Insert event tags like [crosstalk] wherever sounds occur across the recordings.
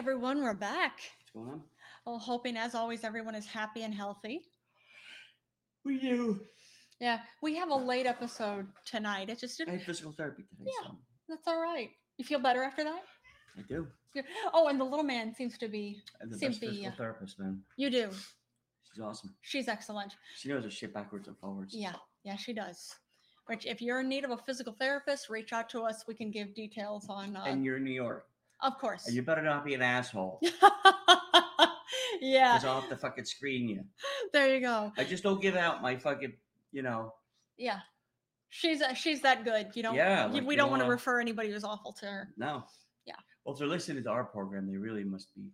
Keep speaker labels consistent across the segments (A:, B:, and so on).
A: everyone. We're back.
B: What's going on?
A: Well, hoping as always everyone is happy and healthy.
B: We do.
A: Yeah, we have a late episode tonight. It just
B: I had physical therapy today.
A: Yeah.
B: So
A: that's all right. You feel better after that?
B: I do.
A: Yeah. Oh, and the little man seems to be.
B: I'm the best
A: Cynthia.
B: physical therapist, man.
A: You do.
B: She's awesome.
A: She's excellent.
B: She knows her shit backwards and forwards.
A: Yeah, yeah, she does. Which, if you're in need of a physical therapist, reach out to us. We can give details on. Uh,
B: And you're in New York.
A: of course.
B: And you better not be an asshole. Because
A: [laughs] yeah.
B: I'll have to fucking screen you.
A: There you go.
B: I just don't give out my fucking, you know.
A: Yeah. She's uh, she's that good. You don't.
B: Yeah,
A: you- um
B: like,
A: we
B: you
A: don't
B: don't
A: want to
B: wanna-
A: refer anybody who's awful to her.
B: No.
A: Yeah.
B: Well, if they're listening to our program, they really must
A: [laughs]
B: be.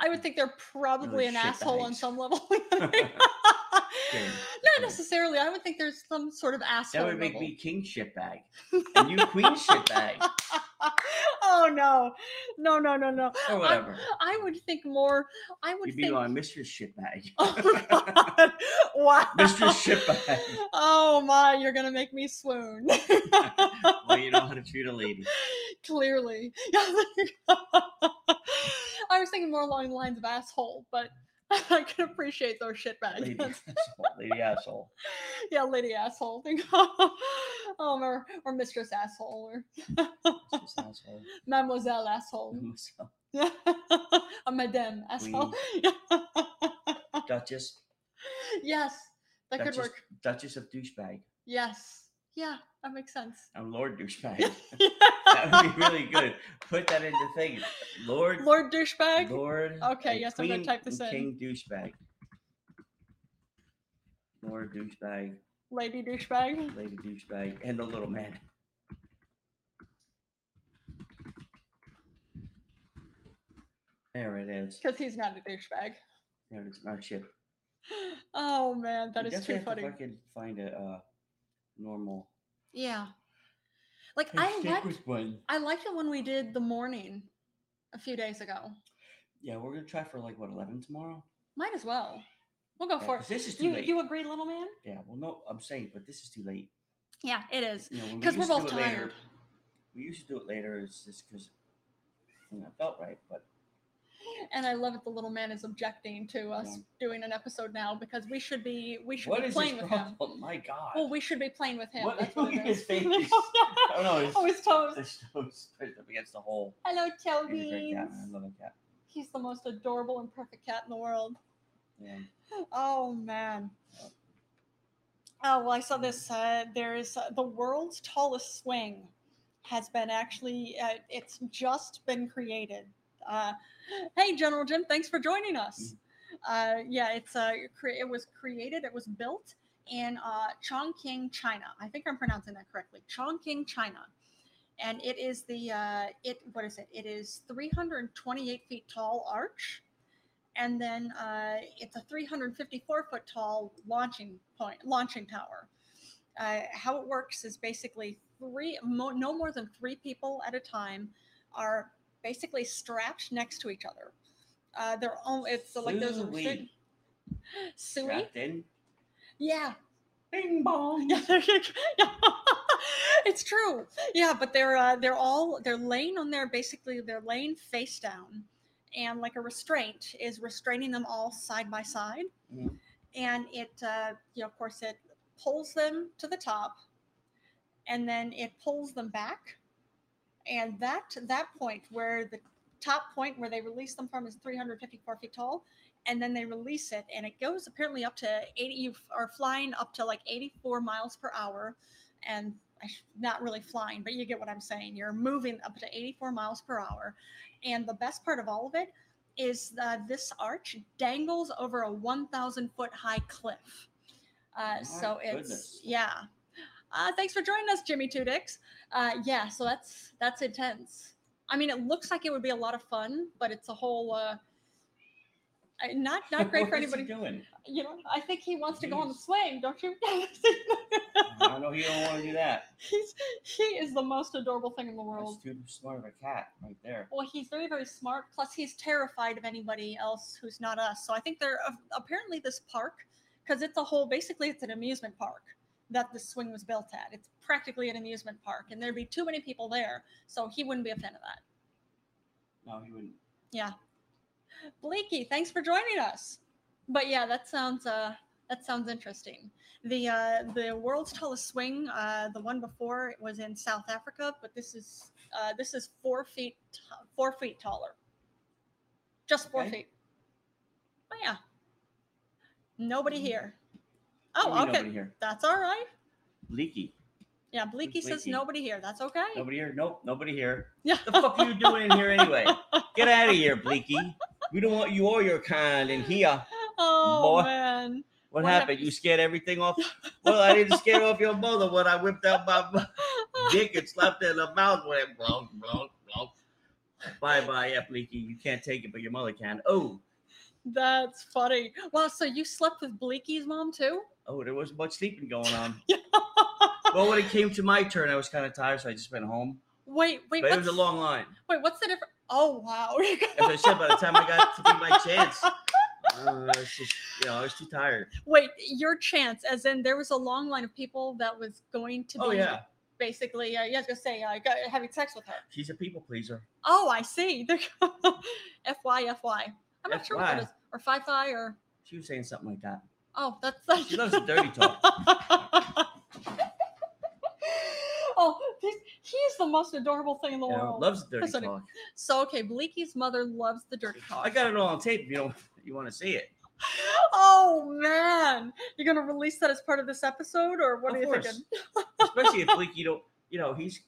A: I would think they're probably an
B: shit
A: asshole on
B: bags.
A: some level. [laughs] Not necessarily. I would think there's some sort of asshole.
B: That would make
A: level.
B: me king shitbag. And you queen shitbag.
A: [laughs] oh no, no, no, no, no.
B: Or whatever.
A: I would think more. I would
B: You'd be
A: think.
B: on Mr. Shitbag.
A: [laughs] Oh God! Wow.
B: Mr. Shitbag.
A: [laughs] Oh my! You're gonna make me swoon. [laughs]
B: well, you know how to treat a lady.
A: Clearly, [laughs] I was thinking more along the lines of asshole, but [laughs] I can appreciate those
B: Lady
A: shitbags.
B: asshole. Lady asshole.
A: [laughs] yeah, lady asshole. [laughs] um, or, or mistress asshole, or
B: Just asshole.
A: [laughs] mademoiselle asshole,
B: Myself.
A: [laughs] a madame asshole.
B: Mm-hmm. Duchess.
A: [laughs] yes, that could
B: Duchess,
A: work.
B: Duchess of douchebag.
A: Yes, yeah, that makes sense.
B: I'm
A: [laughs]
B: Lord douchebag. [laughs] that would be really good. Put that in the thing. Lord.
A: Lord douchebag.
B: Lord.
A: Okay,
B: and
A: yes, I'm gonna
B: Queen
A: type this
B: and
A: in.
B: King douchebag. Lord douchebag,
A: Lady douchebag.
B: lady douchebag, and the little man. There it is.
A: Because he's not a douchebag.
B: There it's not shit.
A: Oh man, that
B: You
A: is
B: definitely
A: too
B: have to
A: funny.
B: fucking find a uh, normal.
A: Yeah. Like I
B: stick
A: liked
B: with one.
A: I liked it when we did the morning a few days ago.
B: Yeah, we're gonna try for like what eleven tomorrow.
A: Might as well. We'll go
B: Yeah,
A: for
B: 'cause
A: it.
B: This is too
A: You
B: late.
A: you agree, little man?
B: Yeah, well, no, I'm saying, but this is too late.
A: Yeah, it is.
B: You know, when we
A: 'Cause we're
B: used to
A: both
B: do it later-
A: tired.
B: We used to do it later. It's just because you know, it felt right, but
A: And I love that the little man is objecting to us
B: Yeah.
A: doing an episode now because we should be we should
B: what
A: be
B: is
A: playing
B: this
A: with him.
B: problem? My God!
A: Well, we should be playing with him.
B: What- [laughs]
A: That's
B: look
A: what
B: at
A: it is. [laughs]
B: his face. [laughs] I don't know. It's,
A: oh, his toes.
B: it's so pushed up against the hole.
A: Hello,
B: He's a great cat.
A: Toadies.
B: man. I love a cat.
A: He's the most adorable and perfect cat in the world.
B: Yeah.
A: Oh man. Oh well, I saw this. Uh, there is uh, the world's tallest swing has been actually. Uh, it's just been created. Uh, hey, General Jim, thanks for joining us. Uh, yeah, it's uh, cre- it was created. It was built in uh, Chongqing, China. I think I'm pronouncing that correctly. Chongqing, China, and it is the uh, it. What is it? It is 328 feet tall arch and then uh, it's a 354 foot tall launching point launching tower. Uh, how it works is basically three mo- no more than three people at a time are basically strapped next to each other. Uh, they're all it's like those
B: Suey.
A: Suey?
B: Strapped in.
A: Yeah,
B: Bing bong.
A: yeah, there you go. [laughs] it's true. Yeah, but they're uh, they're all they're laying on there basically they're laying face down, and like a restraint is restraining them all side by side,
B: Mhm.
A: and it uh, you know of course it pulls them to the top, and then it pulls them back, and that that point where the top point where they release them from is 354 feet tall and then they release it and it goes apparently up to 80 you f- are flying up to like 84 miles per hour and I sh- not really flying but you get what i'm saying you're moving up to 84 miles per hour and the best part of all of it is uh, this arch dangles over a 1000 foot high cliff uh,
B: My
A: so it's
B: goodness.
A: yeah uh, thanks for joining us jimmy tudix uh, yeah so that's that's intense i mean it looks like it would be a lot of fun but it's a whole uh, I- not not
B: [laughs]
A: great for
B: What is he
A: anybody. [laughs]
B: doing?
A: You know, I think he wants to go on the
B: Jeez.
A: swing, don't you? [laughs]
B: I know you don't want to do that.
A: He's he is the most adorable thing in the
B: That's
A: world.
B: too smart of a cat right there.
A: Well, he's very very smart. Plus, he's terrified of anybody else who's not us. So I think they're uh, apparently this park because it's a whole basically it's an amusement park that the swing was built at. It's practically an amusement park, and there'd be too many people there, so he wouldn't be a fan of that.
B: No, he wouldn't.
A: yeah. Blakey, thanks for joining us. But yeah, that sounds uh that sounds interesting. The uh the world's tallest swing, uh the one before it was in South Africa, but this is uh this is four feet t- four feet taller. Just four
B: Okay.
A: feet. But yeah. Nobody here.
B: What do
A: Oh,
B: you mean
A: okay.
B: Mm-hmm. Nobody here.
A: That's all right.
B: Leaky.
A: Yeah, Bleaky says
B: Bleaky.
A: nobody here. That's okay.
B: Nobody here. Nope. Nobody here.
A: [laughs] Yeah.
B: The fuck are you doing in here anyway? Get out of here, Bleaky. We don't want you or your kind in here.
A: [laughs] Oh
B: Boy.
A: man.
B: What
A: What
B: happened? You scared everything off? Well, I didn't scare off your mother when I whipped out my dick and slapped it in the mouth when it blonk, blonk, blonk. Bye bye, yeah, Bleaky. You can't take it, but your mother can. Oh,
A: That's funny. Wow, so you slept with Bleaky's mom too?
B: oh, there wasn't much sleeping
A: [laughs]
B: going on. Well, when it came to my turn, I was kind of tired, so I just went home.
A: wait, wait,
B: But it was
A: what's,
B: a long line.
A: wait, what's the difference? Oh wow. [laughs]
B: As I said, by the time I got to be my chance, uh, it's just, you know, I was too tired.
A: wait, your chance, as in there was a long line of people that was going to be
B: Oh, yeah.
A: basically, uh, yeah, I was gonna say, uh, go- having sex with her.
B: She's a people pleaser.
A: Oh, I see. [laughs] They're- FY, FY. I'm not sure what that
B: FY.
A: is. Or Fi Fi or,
B: She was saying something like that.
A: oh, that's, that's
B: She loves the dirty talk.
A: [laughs] oh, this, he's the most adorable thing in the
B: You know,
A: world.
B: loves the dirty
A: Listen,
B: talk.
A: so, okay, Bleaky's mother loves the dirty talk.
B: I got it all on tape. If you don't, [laughs] you want to see it?
A: Oh man, you're gonna release that as part of this episode, or what
B: Of
A: are you
B: course.
A: thinking?
B: Especially if Bleak, you don't, you know, he's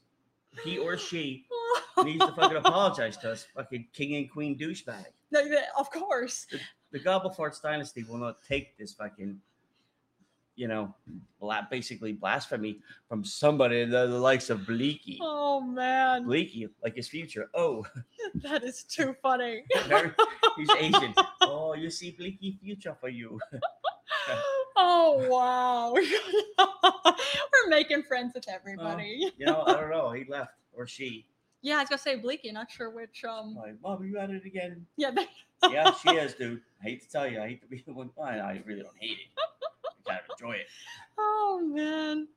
B: he or she
A: [laughs]
B: needs to fucking apologize to us, fucking king and queen douchebag.
A: No, yeah, of course.
B: The Gobblefarts dynasty will not take this fucking, you know, bla- basically blasphemy from somebody the, the likes of Bleaky.
A: Oh man,
B: Bleaky, like his future. Oh,
A: [laughs]
B: [laughs]
A: that is too funny.
B: very- he's Asian. Oh, you see Bleaky future for you.
A: [laughs] Oh wow, [laughs] we're making friends with everybody.
B: You know, I don't know. He left or she.
A: Yeah, I was gonna say Bleaky, not sure which. Um,
B: Like, Mom, are you at it again?
A: yeah, they- [laughs]
B: yeah, she is, dude. I hate to tell you, I hate to be the one. Well, I really don't hate it. I kind of
A: [laughs]
B: enjoy it.
A: oh man,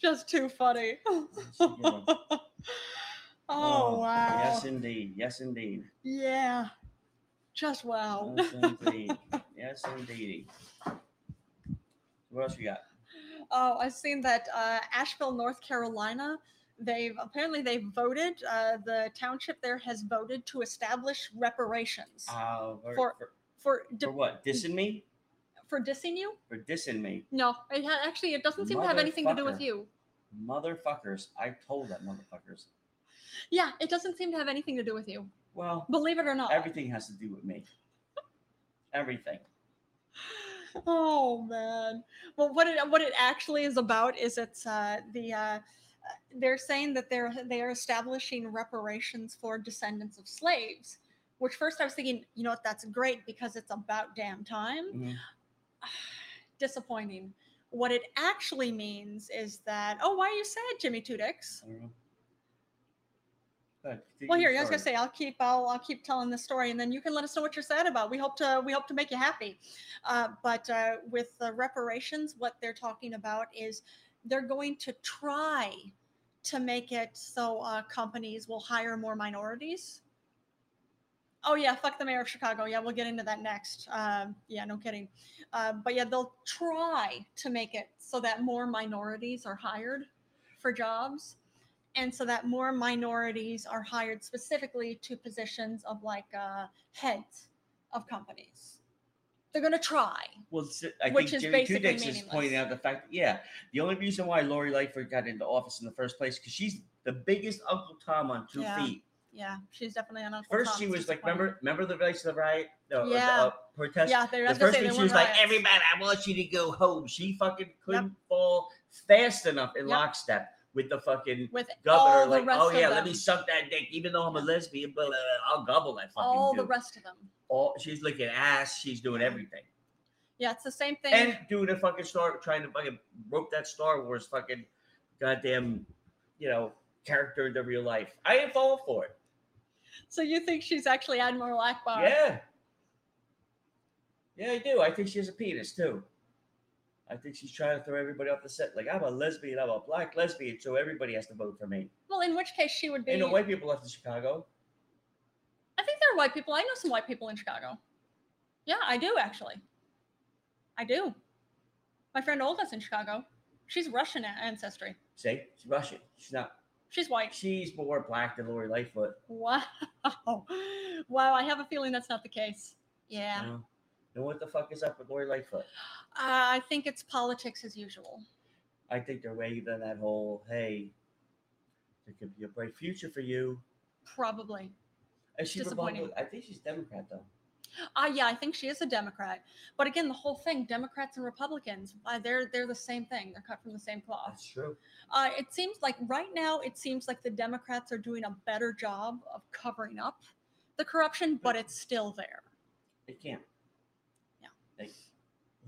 A: just too funny.
B: You know.
A: [laughs] oh wow,
B: "Oh, Yes, indeed. Yes, indeed.
A: yeah, just wow.
B: Yes, indeed. yes, indeed. What else you got?
A: Oh, I've seen that uh, Asheville, North Carolina. They've apparently they voted. Uh, the township there has voted to establish reparations
B: Uh,
A: For-
B: for, for,
A: for di-
B: for what? Dissing me?
A: for dissing you.
B: For dissing me?
A: No, it ha- actually it doesn't seem to have anything to do with
B: Motherfucker.
A: you.
B: Motherfuckers. I told that motherfuckers.
A: Yeah, it doesn't seem to have anything to do with you.
B: Well,
A: Believe it or not.
B: everything has to do with me. Everything.
A: Oh man. Well, what it what it actually is about is it's uh, the uh, uh, they're saying that they're they are establishing reparations for descendants of slaves. Which first I was thinking, you know what, that's great because it's about damn time.
B: Mhm.
A: Disappointing. What it actually means is that oh, why are you sad, Jimmy Two Dicks?
B: I don't know. Go ahead, continue
A: Well,
B: your
A: here I was gonna
B: story.
A: say I'll keep I'll, I'll keep telling the story, and then you can let us know what you're sad about. We hope to we hope to make you happy. Uh, but uh, with the reparations, what they're talking about is they're going to try to make it so uh, companies will hire more minorities. Oh yeah, fuck the mayor of Chicago. Yeah, we'll get into that next. Um, yeah, no kidding. Uh, but yeah, they'll try to make it so that more minorities are hired for jobs and so that more minorities are hired specifically to positions of like uh, heads of companies. They're going to try.
B: Well, s- I
A: Which is
B: think Jimmy Two
A: basically
B: Dicks is pointing
A: meaningless.
B: out the fact that, yeah, the only reason why Lori Lightfoot got into office in the first place because she's the biggest Uncle Tom on two
A: Yeah.
B: feet.
A: Yeah, she's definitely an Uncle
B: First,
A: Tom.
B: she
A: It's
B: was like,
A: disappointing.
B: remember, remember the rights of the riot, no, or the,
A: Yeah.
B: uh, protest.
A: Yeah, they were
B: The
A: going to
B: first
A: say they
B: thing she
A: were
B: was like,
A: riots.
B: "Everybody, I want you to go home." She fucking couldn't fall fast enough in
A: Yep.
B: lockstep with the fucking
A: with
B: governor.
A: all the
B: like,
A: rest
B: oh
A: of
B: yeah,
A: them.
B: let me suck that dick, even though I'm a lesbian. But uh, I'll gobble that fucking
A: all the
B: dude."
A: rest of them.
B: all, she's looking ass. She's doing everything.
A: Yeah, it's the same thing.
B: and doing a fucking star trying to fucking rope that Star Wars fucking goddamn, you know, character into real life. I ain't falling for it.
A: so you think she's actually Admiral Akbar?
B: Yeah. Yeah, I do. I think she has a penis too. I think she's trying to throw everybody off the set. Like I'm a lesbian, I'm a black lesbian, so everybody has to vote for me.
A: Well, in which case she would be.
B: Ain't no white people left in Chicago.
A: there are white people. I know some white people in Chicago. Yeah, I do actually. I do. My friend Olga's in Chicago. She's Russian a- ancestry.
B: See, she's Russian. She's not.
A: She's white.
B: She's more black than Lori Lightfoot.
A: Wow. Wow, I have a feeling that's not the case. Uh, Yeah.
B: You know? And what the fuck is up with Lori Lightfoot?
A: I think it's politics as usual.
B: I think they're waiting on that whole hey, there could be a bright future for you.
A: Probably.
B: And she's
A: Disappointing.
B: Republican. I think she's Democrat though.
A: Ah, yeah, I think she is a Democrat. But again, the whole thing, Democrats and Republicans, uh, they're they're the same thing. They're cut from the same cloth.
B: That's true.
A: Uh, it seems like right now, it seems like the Democrats are doing a better job of covering up the corruption, but it's still there.
B: They can't.
A: Yeah.
B: Like,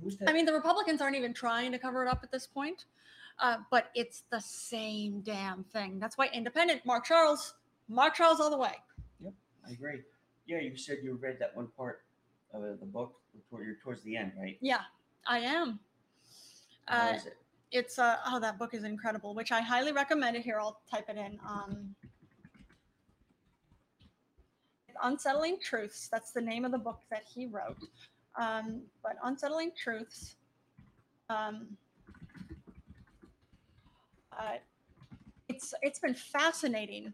B: who's that?
A: I mean, the Republicans aren't even trying to cover it up at this point, uh, but it's the same damn thing. That's why independent Mark Charles, Mark Charles all the way.
B: I agree. Yeah, you said you read that one part of the book. toward- You're towards the end, right?
A: Yeah, I am.
B: How
A: Uh,
B: is it?
A: it's uh, oh, that book is incredible, which I highly recommend it. Here, I'll type it in. Um, Unsettling Truths. That's the name of the book that he wrote. Um, but Unsettling Truths. Um, uh, it's it's been fascinating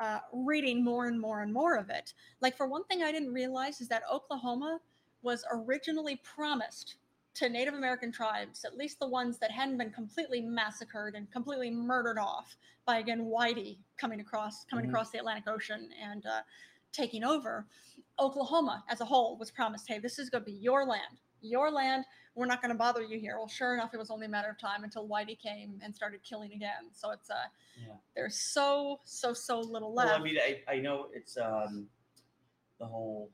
A: uh, reading more and more and more of it. Like for one thing, I didn't realize is that Oklahoma was originally promised to Native American tribes, at least the ones that hadn't been completely massacred and completely murdered off by again Whitey coming across coming
B: Mhm.
A: across the Atlantic Ocean and uh, taking over. Oklahoma as a whole was promised, hey, this is going to be your land, your land. We're not going to bother you here. Well, sure enough, it was only a matter of time until Whitey came and started killing again. So it's uh,
B: Yeah.
A: there's so so so little left.
B: Well, I mean, I, I know it's um, the whole,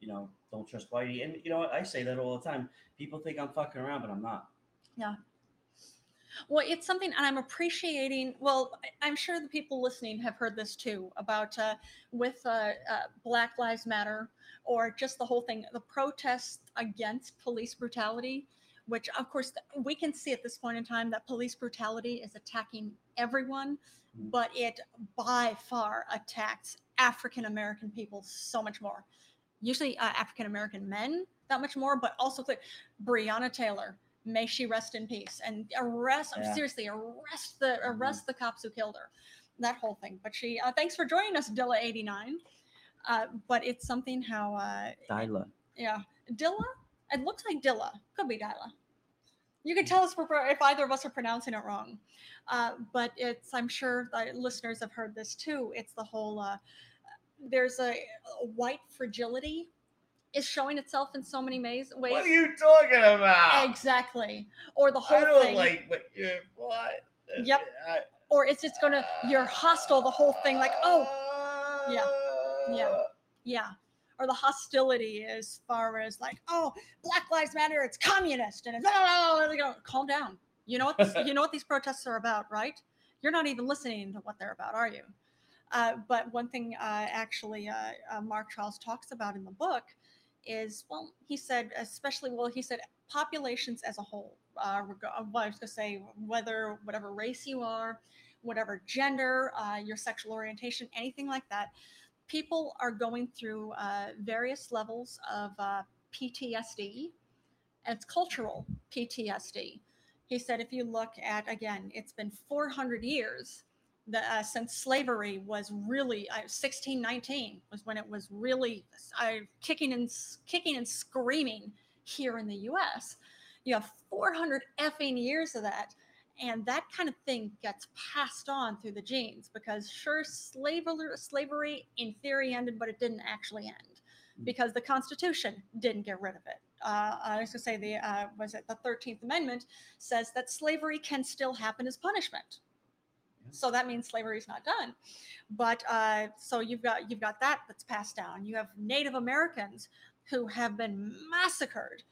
B: you know, don't trust Whitey. And you know what? I say that all the time. People think I'm fucking around, but I'm not.
A: Well, it's something, and I'm appreciating. Well, I- I'm sure the people listening have heard this too about uh, with uh, uh, Black Lives Matter or just the whole thing, the protests against police brutality, which, of course, th- we can see at this point in time that police brutality is attacking everyone,
B: Mm.
A: but it by far attacks African American people so much more. Usually, uh, African American men that much more, but also like Breonna Taylor. May she rest in peace and arrest.
B: Yeah.
A: Seriously, arrest the
B: Mhm.
A: arrest the cops who killed her. That whole thing. But she. Uh, thanks for joining us, Dilla eighty nine. Uh, but it's something how. Uh,
B: Dyla.
A: yeah, Dilla. It looks like Dilla. Could be Dilla. You can tell us if we're- if either of us are pronouncing it wrong. Uh, but it's. I'm sure that listeners have heard this too. It's the whole. Uh, there's a, a white fragility is showing itself in so many ways. ways.
B: What are you talking about?
A: Exactly. Or the whole
B: I don't
A: thing.
B: like what you what.
A: Yep.
B: I,
A: or it's it's gonna you're hostile the whole thing, like, oh yeah, yeah. yeah. Or the hostility as far as like, oh, Black Lives Matter, it's communist and it's oh, and they go, calm down. You know what this, you know what these protests are about, right? You're not even listening to what they're about, are you? Uh, but one thing uh, actually uh, uh, Mark Charles talks about in the book is well, he said especially well, he said populations as a whole. Uh, reg- uh, well, I was going to say whether whatever race you are, whatever gender, uh, your sexual orientation, anything like that, people are going through uh, various levels of uh, PTSD. It's cultural PTSD. He said, if you look at again, it's been 400 years the, uh, since slavery was really uh, 1619 was when it was really uh, kicking and s- kicking and screaming here in the U.S. You have 400 effing years of that, and that kind of thing gets passed on through the genes because sure, slavery slavery in theory ended, but it didn't actually end because the Constitution didn't get rid of it. Uh, I was going to say the uh, was it the 13th Amendment says that slavery can still happen as punishment.
B: Yeah.
A: So that means slavery is not done, but uh, so you've got you've got that that's passed down. You have Native Americans who have been massacred,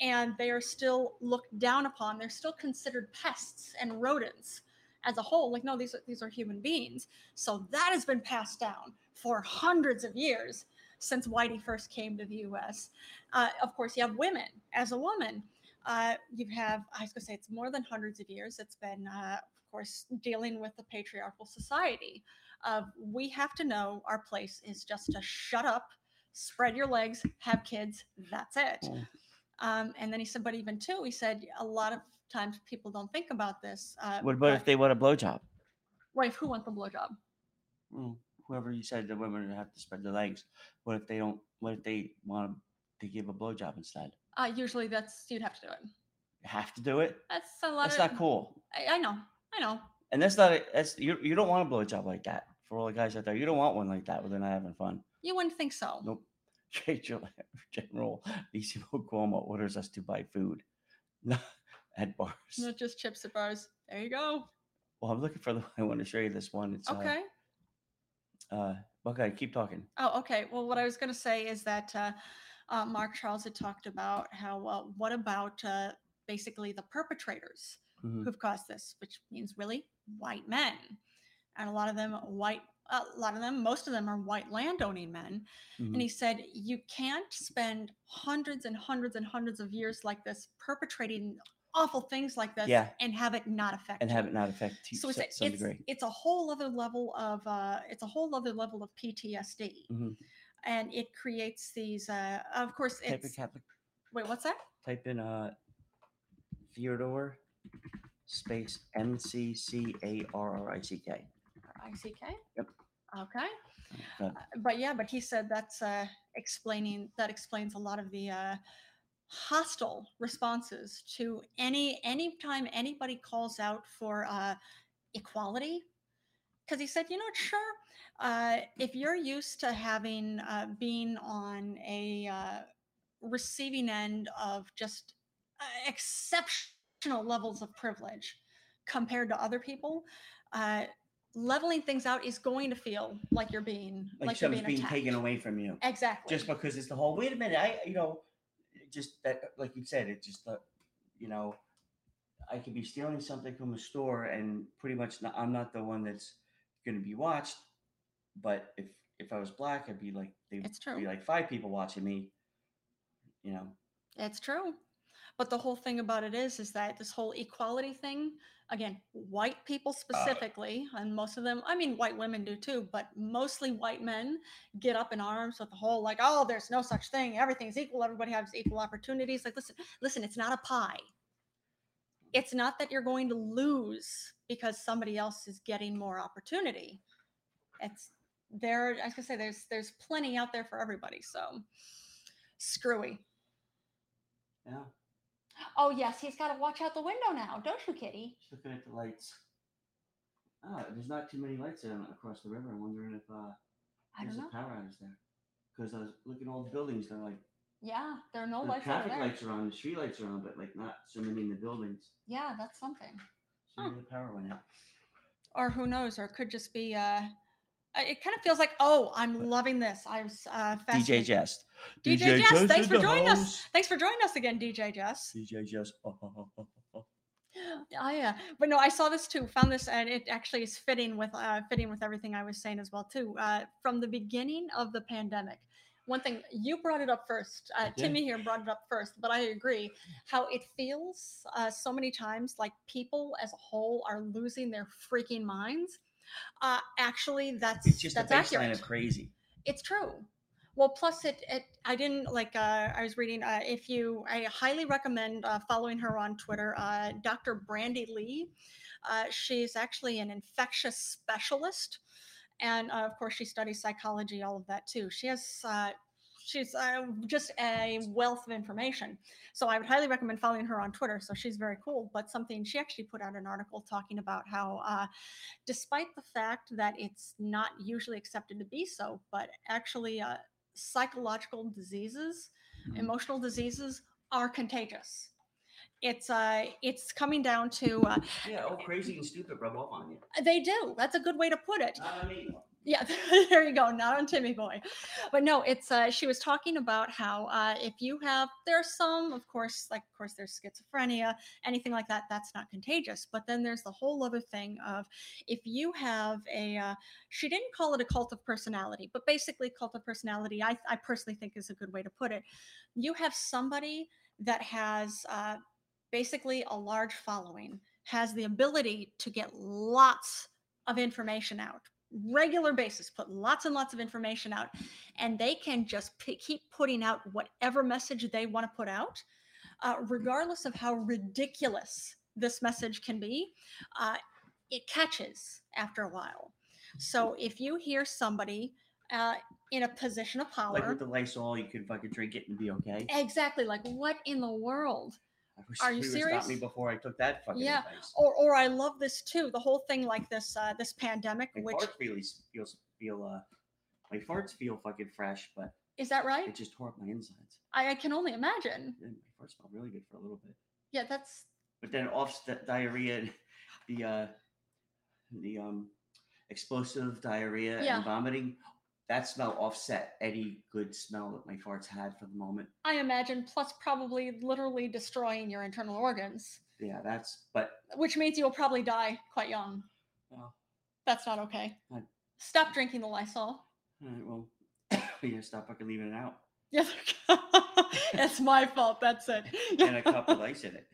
A: and they are still looked down upon. They're still considered pests and rodents as a whole. Like no, these are, these are human beings. So that has been passed down for hundreds of years since Whitey first came to the U.S. Uh, of course, you have women. As a woman, uh, you have I was going to say it's more than hundreds of years. It's been, uh, of course, dealing with the patriarchal society. Of we have to know our place is just to shut up spread your legs, have kids. That's it.
B: Mm.
A: Um, and then he said, but even too, he said a lot of times people don't think about this. Uh,
B: What about if
A: but-
B: they want a blowjob?
A: wife who wants a blowjob?
B: Well, whoever you said the women have to spread their legs. What if they don't? What if they want to give a blowjob instead?
A: Uh, usually that's you'd have to do it.
B: Have to do it.
A: That's a lot.
B: That's
A: of,
B: not cool.
A: I, I know. I know.
B: And that's not. a- That's you. You don't want a blowjob like that for all the guys out there. You don't want one like that where they're not having fun.
A: You wouldn't think so.
B: Nope. [laughs] Rachel, General Lissimo Cuomo orders us to buy food [laughs] at bars.
A: Not just chips at bars. There you go.
B: Well, I'm looking for the. [laughs] I want to show you this one. It's
A: Okay.
B: Uh, uh, Buckeye, keep talking.
A: Oh, okay. Well, what I was going to say is that uh, uh, Mark Charles had talked about how, uh, what about uh, basically the perpetrators
B: Mhm.
A: who've caused this, which means really white men. And a lot of them, white, a lot of them, most of them are white landowning men.
B: Mhm.
A: And he said, you can't spend hundreds and hundreds and hundreds of years like this perpetrating awful things like this
B: Yeah.
A: and have it not affect
B: and
A: you
B: have it not affect you
A: so it's
B: to
A: a,
B: some
A: it's,
B: degree.
A: it's a whole other level of uh, it's a whole other level of PTSD,
B: Mhm.
A: and it creates these. Uh, of course,
B: Type in
A: it's
B: Catholic.
A: wait, what's that?
B: Type in uh, Theodore space M C C A R R I C K.
A: I C K.
B: Yep.
A: Okay,
B: Uh,
A: but yeah, but he said that's uh, explaining that explains a lot of the uh, hostile responses to any anytime anybody calls out for uh, equality because he said, you know, what, sure, uh, if you're used to having uh, being on a uh, receiving end of just uh, exceptional levels of privilege compared to other people, uh, leveling things out is going to feel like you're being
B: like,
A: like, you're
B: something's
A: being,
B: being
A: attacked.
B: taken away from you.
A: Exactly.
B: Just because it's the whole, wait a minute, I, you know, it just that, like you said, it just, uh, you know, I could be stealing something from a store and pretty much not, I'm not the one that's going to be watched. But if, if I was black, I'd be like, they'd
A: It's
B: be
A: true.
B: like five people watching me, you know.
A: It's true. But the whole thing about it is, is that this whole equality thing, again, white people specifically, and most of them, I mean, white women do too, but mostly white men get up in arms with the whole like, oh, there's no such thing. Everything's equal. Everybody has equal opportunities. Like, listen, listen, it's not a pie. It's not that you're going to lose because somebody else is getting more opportunity. It's there. I was gonna say there's there's plenty out there for everybody. So screwy.
B: Yeah.
A: Oh yes, he's got to watch out the window now, don't you, Kitty?
B: Just looking at the lights. Oh, there's not too many lights down across the river. I'm wondering if uh,
A: I
B: there's
A: don't know.
B: a power outage there. Because I was looking at all the buildings. They're like
A: Yeah, there are no
B: the
A: lights over
B: traffic
A: there.
B: lights are on, the street lights are on, but like not so many in the buildings.
A: Yeah, that's something.
B: So
A: Huh.
B: maybe the power went out.
A: Or who knows? Or it could just be. uh I- It kind of feels like, oh, I'm loving this. I was uh, fascinated.
B: Jest.
A: DJ Jest,
B: is
A: thanks
B: in
A: for
B: the
A: joining us.
B: house.
A: Thanks for joining us again, DJ Jess.
B: DJ Jest. [laughs] Oh, oh, oh, oh, oh.
A: Oh yeah, but no, I saw this too. Found this, and it actually is fitting with uh, fitting with everything I was saying as well too. Uh, from the beginning of the pandemic, one thing you brought it up first. Uh,
B: did.
A: Timmy here brought it up first, but I agree. How it feels uh, so many times like people as a whole are losing their freaking minds. Uh, actually, that's
B: It's just
A: that's
B: a baseline
A: accurate.
B: of crazy.
A: It's true. Well, plus it, it I didn't like. Uh, I was reading. Uh, if you, I highly recommend uh, following her on Twitter. Uh, Dr. Brandy Lee. Uh, she's actually an infectious specialist, and uh, of course, she studies psychology, all of that too. She has. Uh, She's uh, just a wealth of information. So I would highly recommend following her on Twitter. So she's very cool. But something she actually put out an article talking about how uh, despite the fact that it's not usually accepted to be so, but actually, uh, psychological diseases,
B: Mhm.
A: emotional diseases are contagious. It's uh, it's coming down to uh,
B: Yeah, all crazy and stupid rub off on you.
A: they do. That's a good way to put it.
B: Not on me.
A: Yeah, [laughs] there you go. Not on Timmy Boy. But no, it's uh she was talking about how uh if you have there's some, of course, like of course there's schizophrenia, anything like that, that's not contagious. But then there's the whole other thing of if you have a uh she didn't call it a cult of personality, but basically cult of personality, I I personally think is a good way to put it. You have somebody that has uh basically a large following, has the ability to get lots of information out regular basis, put lots and lots of information out, and they can just p- keep putting out whatever message they want to put out, uh, regardless of how ridiculous this message can be. Uh, it catches after a while. So if you hear somebody uh, in a position of power,
B: Like with the Lysol, you can fucking drink it and be okay.
A: exactly like what in the world?
B: I wish
A: Are you
B: somebody would've
A: serious?
B: Stopped me before I took that fucking
A: Yeah, Oh,
B: advice.
A: Or, or I love this too. The whole thing like this, uh, this pandemic,
B: My
A: which
B: farts really s- feels feel uh my farts feel fucking fresh, but
A: is that right?
B: it just tore up my insides.
A: I, I can only imagine.
B: And my farts smelled really good for a little bit,
A: Yeah, that's
B: but then off the diarrhea, and [laughs] the uh the um explosive diarrhea
A: Yeah.
B: and vomiting. That smell offset any good smell that my farts had for the moment.
A: I imagine. Plus, probably literally destroying your internal organs,
B: Yeah, that's but
A: which means you'll probably die quite young.
B: Well.
A: That's not okay.
B: I-
A: Stop drinking the Lysol. [laughs]
B: all right, well, [coughs] you gotta stop fucking leaving it out
A: Yeah, [laughs] it's my fault. That's it. [laughs]
B: and a cup of ice in it.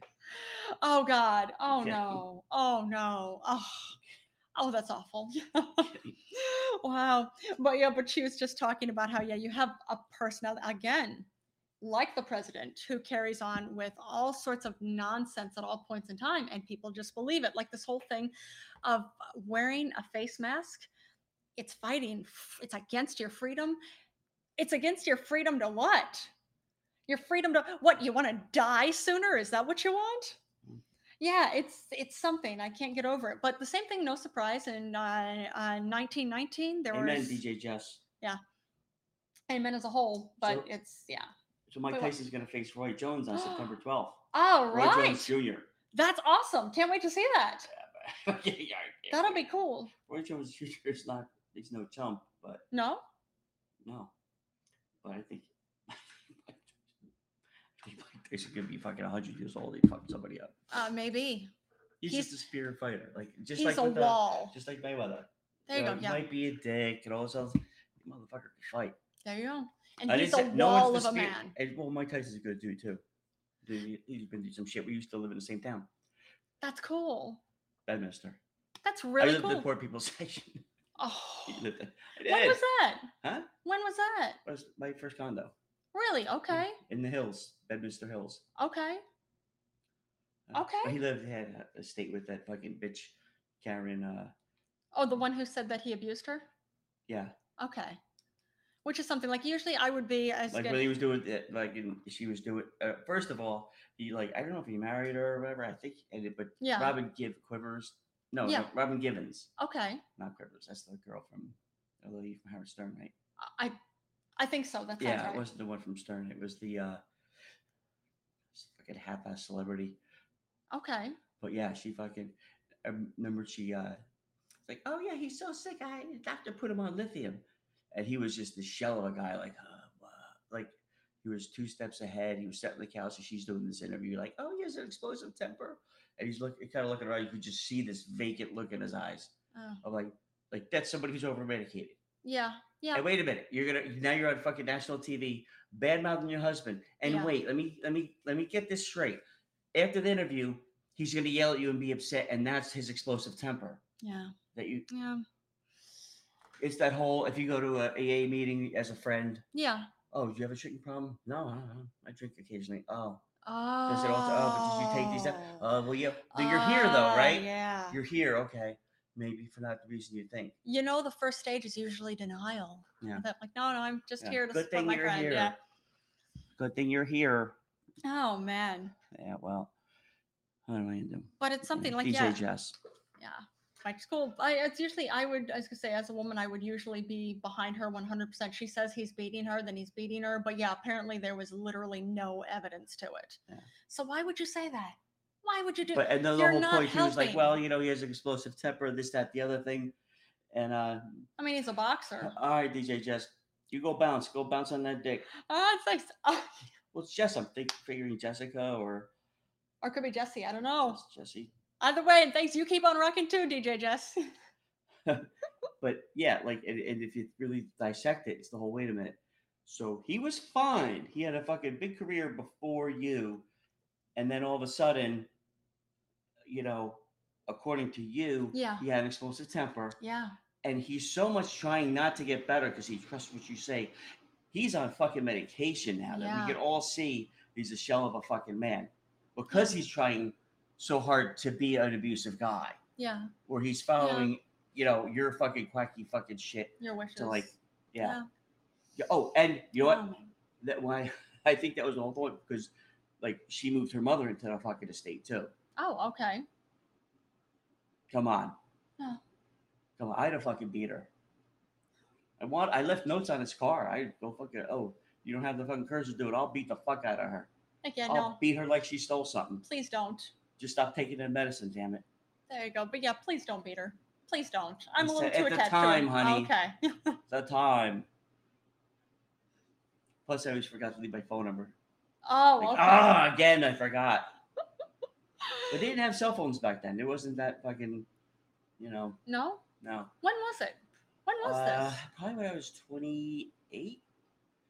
A: Oh God. Oh
B: Okay.
A: no. Oh no. Oh. Oh, that's awful. [laughs] wow. But yeah, but she was just talking about how yeah, you have a person out- again, like the president, who carries on with all sorts of nonsense at all points in time, and people just believe it. Like this whole thing of wearing a face mask. It's fighting. f- It's against your freedom. It's against your freedom to what? Your freedom to what? You want to die sooner? Is that what you want?
B: Mm.
A: Yeah, it's it's something. I can't get over it. But the same thing, no surprise. In uh, uh, 1919, there
B: Amen,
A: was
B: DJ Jess.
A: Amen as a whole, but
B: So-
A: it's yeah.
B: So Mike
A: Wait, what?
B: Tyson's gonna face Roy Jones
A: [gasps]
B: on September 12th.
A: All
B: Roy
A: right,
B: Jones Jr.
A: that's awesome. Can't wait to see that.
B: [laughs] yeah, yeah, yeah.
A: That'll be cool.
B: Roy Jones Jr. is not he's no chump, but
A: No,
B: no. But I think [laughs] I think Mike Tyson could be fucking hundred years old. He fucked somebody up.
A: uh, maybe
B: He's,
A: He's-
B: just a spirit fighter, like just
A: he's
B: like
A: a
B: with the-
A: wall.
B: just uh, like Mayweather.
A: there you
B: know,
A: go.
B: he
A: Yeah,
B: might be a dick and all this other motherfucker can fight.
A: there you go. And
B: I
A: he's a
B: didn't say- no one's
A: wall
B: the
A: of a
B: spirit-
A: man.
B: And, well, Mike Tyson's a good dude too. Dude, he- he's been through some shit. We used to live in the same town,
A: That's cool.
B: Bedminster.
A: That's
B: I
A: really
B: lived in the
A: cool.
B: poor people's [laughs] section.
A: Oh,
B: You lived there. I
A: when
B: did.
A: was that?
B: Huh? Mm.
A: When was that?
B: That was my first condo
A: Really? Okay.
B: in the hills, Bedminster Hills.
A: Okay.
B: Uh,
A: Okay.
B: but He lived, he had a state with that fucking bitch, Karen. Uh,
A: Oh, the one who said that he abused her?
B: yeah,
A: Okay. Which is something like usually I would be as
B: like
A: good.
B: when he was doing that, like and she was doing. Uh, first of all, he like I don't know if he married her or whatever. I think, and it, but
A: yeah.
B: Robin Give Quivers. No, no,
A: Yeah.
B: Robin Givens,
A: Okay.
B: not Quivers. That's the girl from the lady from Howard Stern, right?
A: I I think so. That sounds
B: yeah,
A: right.
B: it wasn't the one from Stern. It was the uh, this fucking half-ass celebrity.
A: Okay.
B: But yeah, she fucking. I remember she uh, it's like, oh yeah, he's so sick. I the doctor put him on lithium, and he was just the shell of a guy. Like, uh, wha- like he was two steps ahead. He was setting the couch, and she's doing this interview. Like, oh, he has an explosive temper, and he's looking, kind of looking around. You could just see this vacant look in his eyes.
A: Oh.
B: Of like, like that's somebody who's over medicated.
A: Yeah. Yeah.
B: And wait a minute, you're gonna now you're on fucking national TV, bad mouthing your husband. And
A: Yeah.
B: wait, let me let me let me get this straight. After the interview, he's gonna yell at you and be upset, and that's his explosive temper.
A: yeah.
B: That you,
A: Yeah.
B: it's that whole if you go to a AA meeting as a friend,
A: Yeah.
B: oh, do you have a drinking problem? No, I don't know. I drink occasionally. Oh,
A: Oh.
B: does it also? Oh, but did you take these? down? Oh, well, yeah, you're here though,
A: Ah,
B: right?
A: Yeah.
B: You're here, okay? Maybe for not the reason you think.
A: You know, the first stage is usually denial.
B: Yeah.
A: That like, no, no, I'm just
B: Yeah.
A: here to
B: Good
A: support
B: thing
A: my
B: you're
A: friend.
B: here.
A: Yeah.
B: Good thing you're here.
A: Oh man.
B: Yeah, well, how do I end them?
A: But it's something like
B: DJ
A: yeah.
B: Jess.
A: yeah my school i it's usually i would as i say as a woman i would usually be behind her 100% she says he's beating her then he's beating her but yeah apparently there was literally no evidence to it
B: Yeah.
A: so why would you say that why would you do
B: But and then the
A: You're
B: whole
A: not
B: point he was like,
A: helping.
B: well, you know, he has an explosive temper, this, that, the other thing. And uh
A: i mean he's a boxer
B: all right, DJ Jess, you go bounce, go bounce on that dick.
A: Ah, it's like oh,
B: Well, it's Jess, I'm think, figuring Jessica or
A: or it could be jesse i don't know
B: Jess- Jesse.
A: either way and thanks you keep on rocking too dj
B: [laughs]
A: jess
B: But yeah, like, and, and if you really dissect it, it's the whole. Wait a minute. So he was fine. He had a fucking big career before you, and then all of a sudden, you know, according to you,
A: Yeah.
B: he had an explosive temper.
A: yeah
B: and he's so much trying not to get better because he trusts what you say. He's on fucking medication now that
A: Yeah.
B: we can all see he's a shell of a fucking man because he's trying so hard to be an abusive guy
A: Yeah.
B: where he's following, you know, your fucking quacky fucking shit.
A: Your wishes.
B: like, Yeah.
A: Yeah.
B: Yeah, Oh, and you know what?
A: Oh, man.
B: That why [laughs] I think that was the whole point because like she moved her mother into the fucking estate too.
A: Oh, okay.
B: Come on.
A: Yeah.
B: Come on. I'd have fucking beat her. I want I left notes on his car. I go fucking oh, you don't have the fucking courage to do it. I'll beat the fuck out of her.
A: Again,
B: I'll
A: no.
B: beat her like she stole something.
A: Please don't.
B: Just stop taking that medicine, damn it.
A: There you go. But yeah, please don't beat her. Please don't. I'm
B: It's
A: a little
B: at
A: too
B: the
A: attached
B: time,
A: to her.
B: honey.
A: Okay. [laughs]
B: The time. Plus I always forgot to leave my phone number.
A: Oh,
B: Like,
A: okay.
B: ah, again, I forgot. But they didn't have cell phones back then. There wasn't that fucking, you know,
A: No?
B: no.
A: When was it? When was
B: Uh,
A: this?
B: probably when I was 28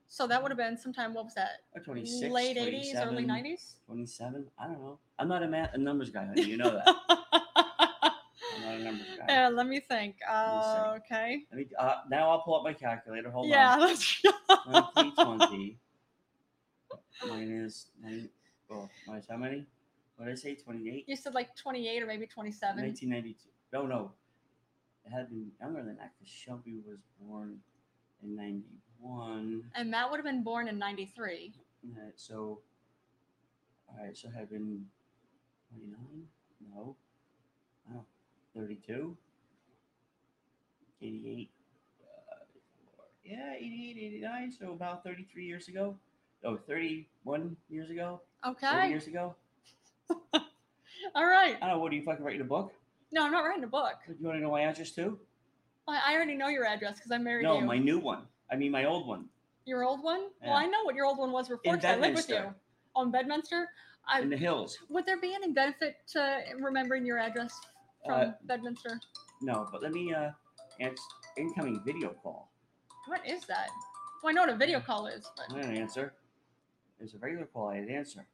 A: So that would have been sometime, what was that?
B: or 26.
A: Late 80s, early
B: 27.
A: 90s?
B: 27? I don't know. I'm not a math, a numbers guy, honey. You
A: [laughs]
B: know that. I'm not a numbers guy.
A: yeah, let me think. Uh,
B: Let
A: okay.
B: Let me, uh, now I'll pull up my calculator. Hold
A: yeah.
B: [laughs] on.
A: That's,
B: 2020 minus nine, well, minus how many? What did I say? 28?
A: [laughs] you said like 28 or maybe 27.
B: 1992. No, no. It had to be younger than that because Shelby was born in 91.
A: And Matt would have been born in 93.
B: All right, so, all right, so I've been 29? No. No. 32? 88? Uh, yeah, 88, 89, so about 33 years ago. Oh, 31 years ago? 30
A: Okay.
B: years ago?
A: All right.
B: I don't know, what are you fucking writing a book?
A: No, I'm not writing a book.
B: You want to know my address too?
A: I, I already know your address because I married
B: No,
A: you.
B: my new one. I mean, my old one.
A: Your old one?
B: Yeah.
A: Well, I know what your old one was before
B: In
A: 'cause I lived with you.
B: Bedminster.
A: Oh, in Bedminster? I,
B: In the hills.
A: would there be any benefit to remembering your address from
B: Uh,
A: Bedminster?
B: no, but let me, uh, it's incoming video call.
A: What is that? Well, I know what a video call is,
B: I
A: but
B: didn't answer. It was a regular call. I didn't answer.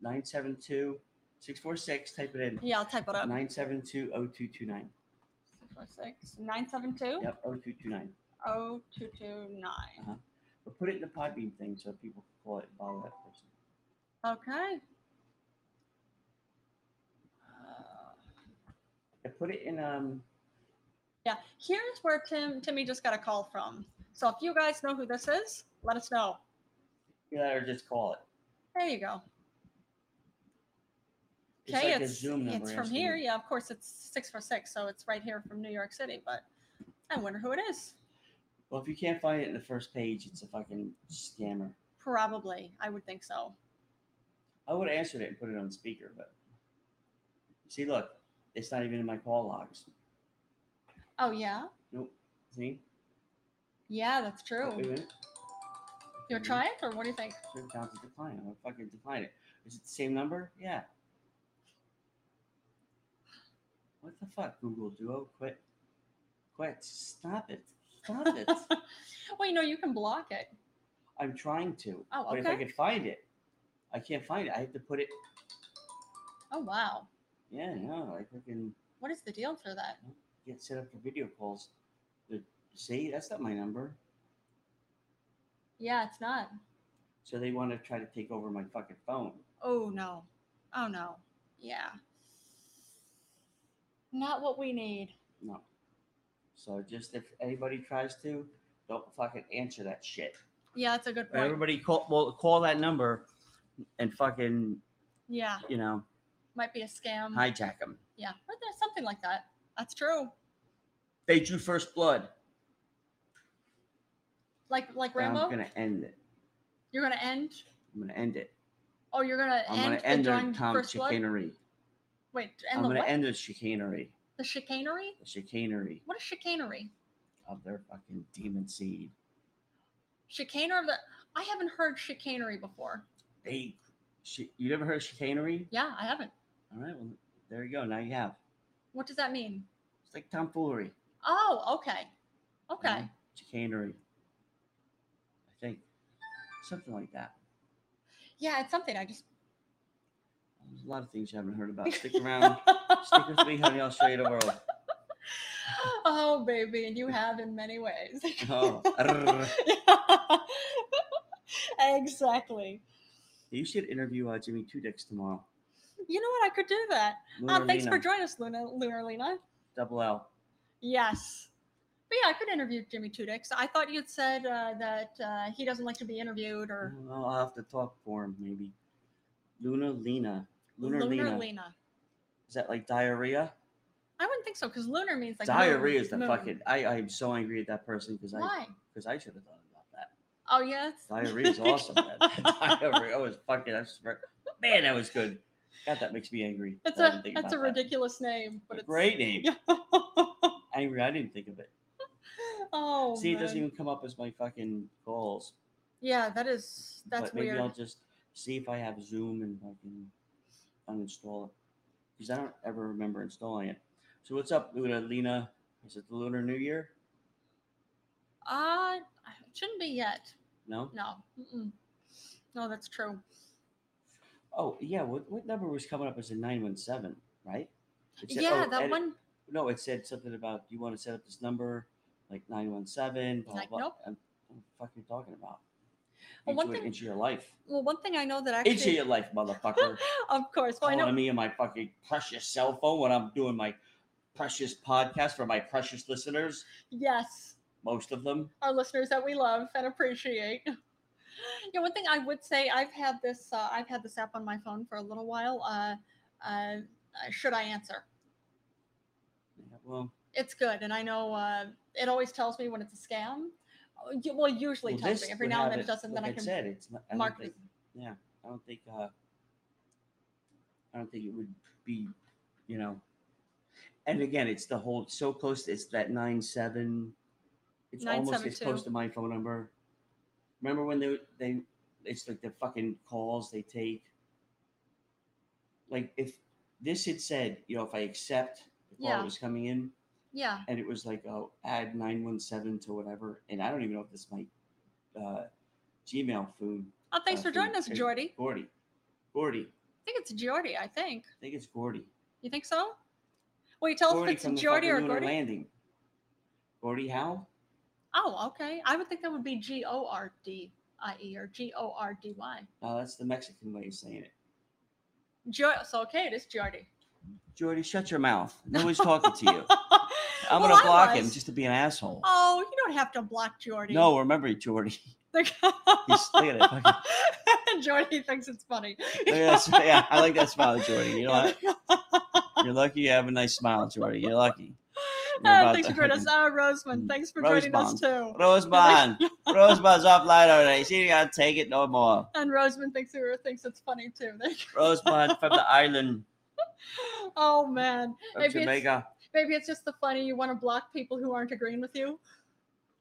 B: 972 646. Type it in.
A: yeah, I'll type it up.
B: 972 0229.
A: 646 972
B: Yep, 0229.
A: Oh, 0229.
B: But put it in the Podbean thing so people can call it and follow that person.
A: Okay.
B: And put it in, um,
A: Yeah, here's where Tim Timmy just got a call from. So if you guys know who this is, let us know.
B: yeah, or just call it.
A: There you go.
B: It's
A: Okay,
B: like a
A: it's,
B: Zoom number.
A: it's from
B: asking
A: here.
B: you-
A: Yeah, of course, it's six four six, so it's right here from New York City. But I wonder who it is.
B: Well, if you can't find it in the first page, it's a fucking scammer.
A: Probably, I would think so.
B: I would have answered it and put it on speaker, but see, look, it's not even in my call logs.
A: Oh yeah,
B: See?
A: yeah, that's
B: Oh,
A: true.
B: wait a minute.
A: You
B: Mhm.
A: would try it, or what do you think? [laughs]
B: Sure, counts as decline. I'm gonna fucking decline it. Is it the same number? Yeah. What the fuck, Google Duo? Quit. Quit. Stop it.
A: [laughs]
B: Stop it.
A: well, you know, you can block it.
B: I'm trying to.
A: Oh,
B: But if I
A: okay.
B: could find it, I can't find it. I have to put it.
A: Oh wow,
B: Yeah, no, I fucking
A: what is the deal for that?
B: get set up for video calls. The- See, that's not my number.
A: Yeah, it's not.
B: So they want to try to take over my fucking phone.
A: Oh no, oh no, yeah, not what we need.
B: No. So just if anybody tries to, don't fucking answer that shit.
A: Yeah, that's a good point.
B: Everybody call well call that number and fucking
A: Yeah,
B: you know
A: might be a scam.
B: hijack them.
A: Yeah, or there's something like that. That's true.
B: They drew first blood.
A: Like like
B: I'm
A: Rambo,
B: gonna end it.
A: you're gonna end.
B: I'm gonna end it.
A: Oh, you're gonna
B: I'm
A: end
B: gonna end
A: the
B: their
A: drawing
B: Tom
A: first blood.
B: chicanery.
A: Wait,
B: I'm
A: and the
B: gonna
A: what?
B: end the chicanery.
A: the chicanery?
B: The chicanery
A: What is chicanery?
B: of their fucking demon seed.
A: Chicaner of the. I haven't heard chicanery before.
B: They, she, you never heard of chicanery?
A: Yeah, I haven't.
B: All right, well there you go. Now you have.
A: What does that mean?
B: It's like tomfoolery.
A: Oh, okay, okay.
B: Mhm. Chicanery. I think something like that.
A: Yeah, it's something. I just
B: Um, There's a lot of things you haven't heard about. Stick around. Stick with me, honey. I'll show you the world.
A: [laughs] oh, baby, and you have in many ways. [laughs]
B: Oh, arr.
A: exactly.
B: you should interview uh, Jimmy Two Dicks tomorrow.
A: You know what? I could do that. Uh, thanks for
B: Lunarina,
A: joining us, Luna Lunarlina.
B: Double L.
A: Yes. But yeah, I could interview Jimmy Tudix. I thought you'd said uh, that uh, he doesn't like to be interviewed or
B: Well, Oh, I'll have to talk for him maybe. Luna Lena. Lunar
A: Lunar
B: Lena.
A: Lena.
B: Is that like diarrhea?
A: I wouldn't think so because lunar means like moon-
B: diarrhea is the
A: moon.
B: fucking. I I'm so angry at that person because I
A: Why?
B: because I should have thought about that.
A: Oh yes.
B: Diarrhea is awesome.
A: [laughs]
B: man. [laughs] diarrhea was fucking. I swear. Man, that was good. God, that makes me angry.
A: That's
B: that I didn't
A: a
B: think
A: that's a
B: about that.
A: ridiculous name, but it's [laughs]
B: great name.
A: oh,
B: Angry. I didn't think of it. See, it doesn't
A: man.
B: even come up as my fucking goals.
A: yeah, that is that's
B: but maybe
A: weird.
B: I'll just see if I have Zoom and fucking uninstall it because I don't ever remember installing it. So what's up, Luna Lena? Is it the Lunar New Year?
A: Uh, it shouldn't be yet.
B: No.
A: No, Mm-mm. no, that's true.
B: Oh yeah. What what number was coming up as a nine one seven? Right. It said-
A: yeah,
B: oh,
A: that
B: edit-
A: one.
B: No, it said something about you want to set up this number like nine one seven.
A: Like, nope.
B: I'm, what the fuck are you talking about?
A: Well,
B: Inch,
A: one
B: of it-
A: thing-
B: inch of your life.
A: Well, one thing I know that
B: Inch of
A: actually, [laughs]
B: your life, motherfucker.
A: of course. Well, I know
B: calling me on my fucking precious cell phone when I'm doing my precious podcast for my precious listeners,
A: Yes,
B: most of them.
A: our listeners that we love and appreciate. [laughs] Yeah, one thing I would say I've had this uh, I've had this app on my phone for a little while. Uh, uh, uh, should I answer?
B: Yeah, Well,
A: It's good, and I know uh, it always tells me when it's a scam. Uh, y- Well, it usually
B: well,
A: tells
B: this
A: me every
B: would
A: now and
B: have
A: then it doesn't. Then
B: like
A: I can
B: said, it's not, I
A: mark
B: Don't
A: it.
B: think, I don't think. Uh, I don't think it would be, you know. And again, it's the whole it's so close. It's that nine seven. It's almost as
A: 972.
B: close to my phone number. Remember when they they? It's like the fucking calls they take. Like if this had said, you know, if I accept the call
A: Yeah.
B: that was coming in,
A: Yeah,
B: and it was like, oh, add nine one seven to whatever, and I don't even know if this might uh, Gmail food
A: Oh, thanks
B: Uh,
A: for joining us,
B: thank-
A: Jordy.
B: Gordy. Gordy.
A: I think it's Jordy. I think.
B: I think it's Gordy.
A: You think so? Will you tell
B: Gordy
A: us if it's Jordy
B: fucking
A: or
B: Lunar
A: Gordy?
B: Landing. Gordy Howe?
A: Oh, okay. I would think that would be G O R D I E or G O R D Y.
B: No, that's the Mexican way of saying it.
A: Jo- so okay, it is Jordy.
B: Jordy, shut your mouth. Nobody's talking to
A: [laughs]
B: you. I'm
A: Well,
B: gonna
A: I
B: block him
A: was.
B: just to be an asshole.
A: Oh, you don't have to block Jordy.
B: no, remember Jordy.
A: [laughs]
B: [laughs]
A: Like- [laughs]
B: He's looking at it.
A: Jordy thinks it's funny.
B: Look at that sm- yeah, I like that smile, Jordy. You know
A: [laughs]
B: what? You're lucky you have a nice smile, Jordy.
A: [laughs]
B: You're lucky. You're
A: Ah,
B: about
A: thanks
B: to- Mm,
A: for joining
B: [laughs]
A: us. Ah, Roseman, thanks for joining us too. [laughs]
B: Rosebond. Rosebond's offline already. She ain't gotta take it no more.
A: And Roseman thinks it- thinks it's funny too. [laughs]
B: Rosebond from the island
A: oh man,
B: of
A: Maybe it's-
B: Jamaica.
A: maybe it's just the funny you want to block people who aren't agreeing with you.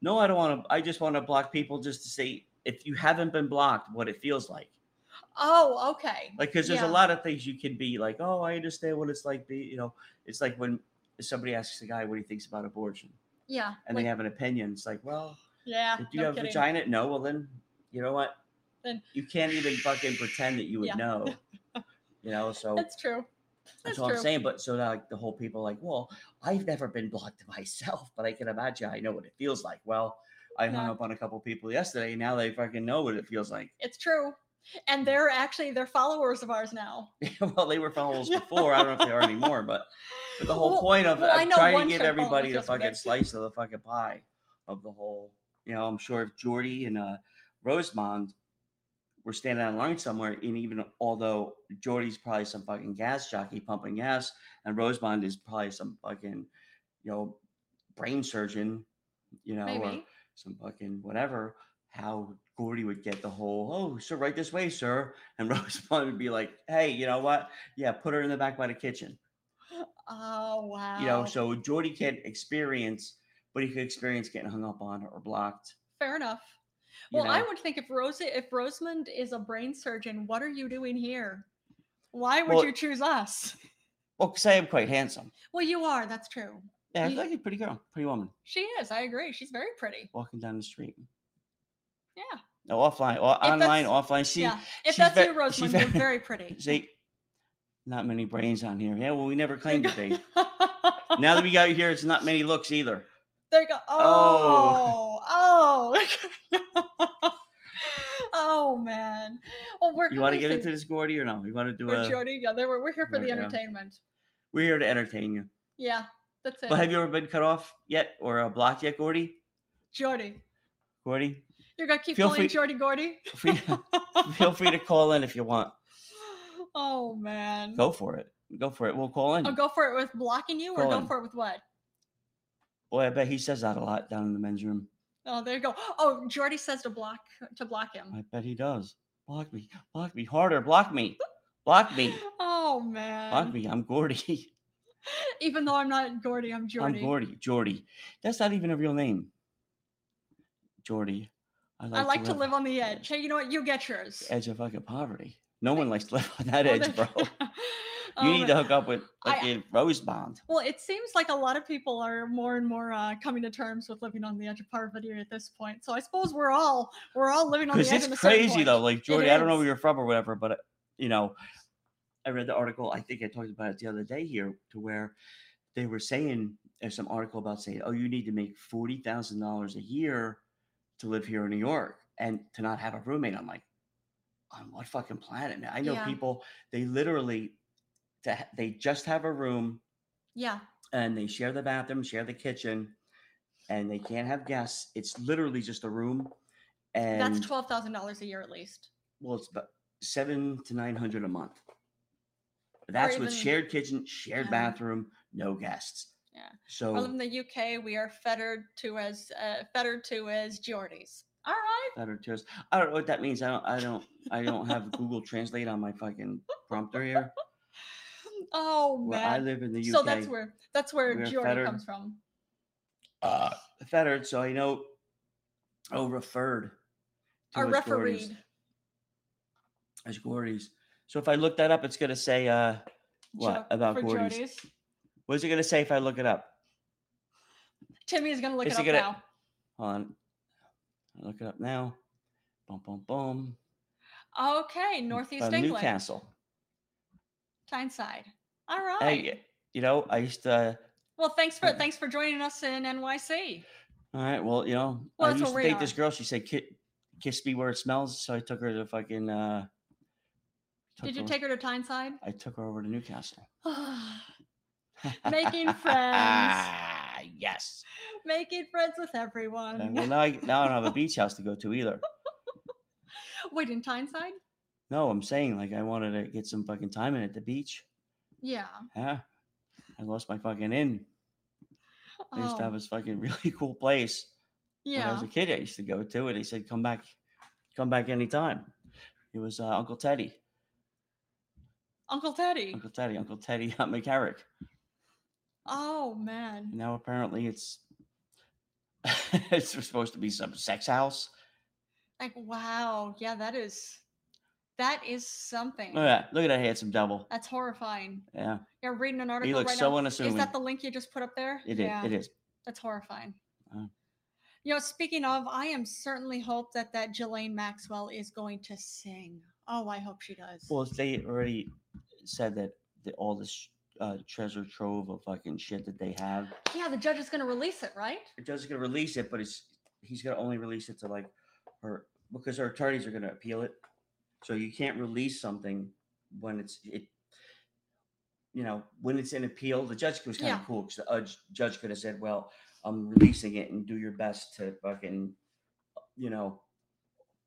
B: No, I don't want to. I just want to block people just to say if you haven't been blocked, what it feels like.
A: Oh, okay.
B: Like, because there's
A: Yeah.
B: a lot of things you can be like, oh, I understand what it's like. Be, you know, it's like when somebody asks a guy what he thinks about abortion,
A: Yeah.
B: and
A: like-
B: they have an opinion. It's like,
A: [laughs]
B: well,
A: yeah.
B: do you
A: no
B: have
A: kidding.
B: a vagina? No. Well, then you know what?
A: Then-
B: you can't even fucking pretend that you would
A: Yeah.
B: know.
A: [laughs]
B: You know, so
A: That's true.
B: that's
A: That's
B: what I'm
A: true.
B: saying. But so now, like the whole people like, well, I've never been blocked [laughs] myself, but I can imagine I know what it feels like. Well, I hung
A: Yeah.
B: up on a couple people yesterday, and now they fucking know what it feels like.
A: It's true. And they're actually they're followers of ours now.
B: [laughs] well, Mm. they were followers before. I don't know if they are anymore, but, but the whole
A: Well,
B: point of
A: well, I
B: I'm
A: know
B: trying
A: one
B: to give
A: show
B: everybody
A: followers
B: the fucking
A: yesterday.
B: slice of the fucking pie of the whole. You know, I'm sure if Jordy and uh, Rosemond were standing on line somewhere, and even although Jordy's probably some fucking gas jockey pumping gas, and Rosemond is probably some fucking, you know, brain surgeon, you know, or
A: Maybe.
B: some fucking whatever, how Gordy would get the whole, oh, sir, right this way, sir. And [laughs] Rosemont would be like, hey, you know what? Yeah, put her in the back by the kitchen.
A: Oh wow.
B: You know, so Jordy can't experience, but he could experience getting hung up on or blocked.
A: fair enough.
B: you
A: Well, I
B: know?
A: would think if Rosa if Rosamond is a brain surgeon, what are you doing here? Why would
B: Well-
A: you choose
B: [laughs]
A: us?
B: well, say I'm quite handsome.
A: Well, you are, that's true.
B: Yeah, I
A: You-
B: feel like a pretty girl, pretty woman
A: She is, I agree. She's very pretty.
B: walking down the street.
A: Yeah.
B: No, offline, or
A: If
B: online,
A: that's-
B: offline. She,
A: yeah. If
B: she's
A: that's
B: ve-
A: you,
B: [laughs] she's
A: Rosamond, you're
B: very-
A: very pretty.
B: see, Not many brains on here. Yeah, well, we never claimed
A: [laughs]
B: it, babe. now that we got you here, it's not many looks either.
A: There you go. Oh, oh, oh, [laughs] man. Well, we're
B: You want
A: gonna
B: to get
A: say-
B: into this, Gordy, or no? You want to do
A: we're
B: a?
A: Jody. Yeah, there we're, we're here for
B: There
A: the
B: we go.
A: entertainment.
B: We're here to entertain you.
A: Yeah, that's it.
B: Well, have you ever been cut off yet or uh, blocked yet, Gordy?
A: Jordy,
B: Gordy,
A: you're gonna keep
B: Feel
A: calling
B: free-
A: Jordy Gordy.
B: free,
A: [laughs]
B: feel free to call in if you want.
A: oh man.
B: Go for it. Go for it. We'll call in.
A: Oh, go for it with blocking you, or go
B: Colin.
A: for it with what?
B: Boy, I bet he says that a lot down in the men's room.
A: Oh, there you go. Oh, Jordy says to block to block him.
B: I bet he does. Block me. Block me harder. Block me. Block me.
A: Oh man.
B: Block me. I'm Gordy. [laughs]
A: Even though I'm not Gordy, I'm Jordy.
B: I'm Gordy. Jordy. That's not even a real name. Jordy.
A: I like to live on the edge. Hey, you know what? You get yours.
B: edge of fucking poverty. No one likes to live on that
A: Oh, [laughs]
B: edge, bro.
A: there-
B: You
A: Oh,
B: need
A: man.
B: to hook up with
A: I-
B: fucking Rosebond.
A: Well, it seems like a lot of people are more and more uh, coming to terms with living on the edge of poverty at this point. So I suppose we're all we're all living on the
B: Because
A: edge.
B: it's
A: of
B: crazy though. Like Jordy, I don't know
A: is.
B: where you're from or whatever, but uh, you know, I read the article. I think I talked about it the other day here, to where they were saying there's some article about saying, oh, you need to make forty thousand dollars a year to live here in New York and to not have a roommate. I'm like, on what fucking planet, man? I know
A: Yeah.
B: people they literally to, ha- they just have a room
A: Yeah,
B: and they share the bathroom, share the kitchen, and they can't have guests. It's literally just a room. And
A: that's twelve thousand dollars a year at least.
B: well, it's about seven to nine hundred a month. That's with
A: even-
B: shared kitchen, shared
A: Yeah.
B: bathroom, no guests.
A: Yeah.
B: So
A: Well, in the UK, we are fettered to as uh, fettered to as Geordies. All right.
B: better just I don't know what that means. I don't I don't I don't have Google Translate on my fucking
A: [laughs]
B: prompter here.
A: Oh
B: Where I
A: man.
B: live in the UK.
A: So that's where that's where
B: we are
A: Geordie
B: fettered.
A: comes from.
B: uh, fettered, so I know oh referred to
A: Our
B: as Geordies-
A: refereed.
B: as Gordy's. So if I look that up, it's gonna say uh what
A: Jo-
B: about
A: for
B: Gordy's?
A: Geordies.
B: What is it gonna say if I look it up?
A: Timmy is gonna look
B: Is
A: it
B: he
A: up
B: gonna-
A: now.
B: Hold on. I look it up now. Boom boom boom.
A: Okay, Northeast
B: from
A: England,
B: Newcastle.
A: Tyneside. All right.
B: Hey, you know, I used to.
A: Well, thanks for
B: Okay.
A: thanks for joining us in NYC.
B: All right, well, you know,
A: Well,
B: I
A: that's
B: used
A: where
B: to
A: we
B: date this
A: are.
B: girl. She said, "Ki- "Kiss me where it smells." So I took her to fucking. Uh, took
A: Did you
B: her-
A: take her to Tyneside? [sighs]
B: I took her over to Newcastle. [laughs]
A: Making friends.
B: yes.
A: Making friends with
B: And,
A: everyone.
B: well, now I now
A: [laughs]
B: I don't have a beach house to go to either.
A: Wait, in Tyneside?
B: No, I'm saying like I wanted to get some fucking time in at the beach.
A: Yeah.
B: Yeah. I lost my fucking inn. I used to have
A: Oh,
B: this fucking really cool place. when I
A: yeah.
B: was a kid, I used to go to, and he said, "Come back, come back anytime." It was uh, Uncle Teddy,
A: Uncle Teddy.
B: Uncle Teddy, Uncle Teddy [laughs] uh, McCarrick.
A: Oh man.
B: Now apparently it's [laughs] it's supposed to be some sex house.
A: Like wow. Yeah, that is that is something.
B: Look at that, look at that handsome devil.
A: That's horrifying.
B: Yeah,
A: You're reading an article
B: he looks
A: right
B: so
A: now.
B: unassuming.
A: Is that the link you just put up there?
B: It is. It is.
A: That's horrifying.
B: Uh.
A: You know, speaking of, I am certainly hope that that Jelaine Maxwell is going to sing. Oh, I hope she does.
B: Well, they already said that the, all this uh, treasure trove of fucking shit that they have.
A: yeah, the judge is going to release it, right?
B: It does gonna release it, but it's he's gonna only release it to like her because her attorneys are gonna appeal it. So you can't release something when it's it. You know, when it's in appeal, the judge was kind of
A: Yeah.
B: cool because the judge, judge could have said, "Well, I'm releasing it, and do your best to fucking, you know,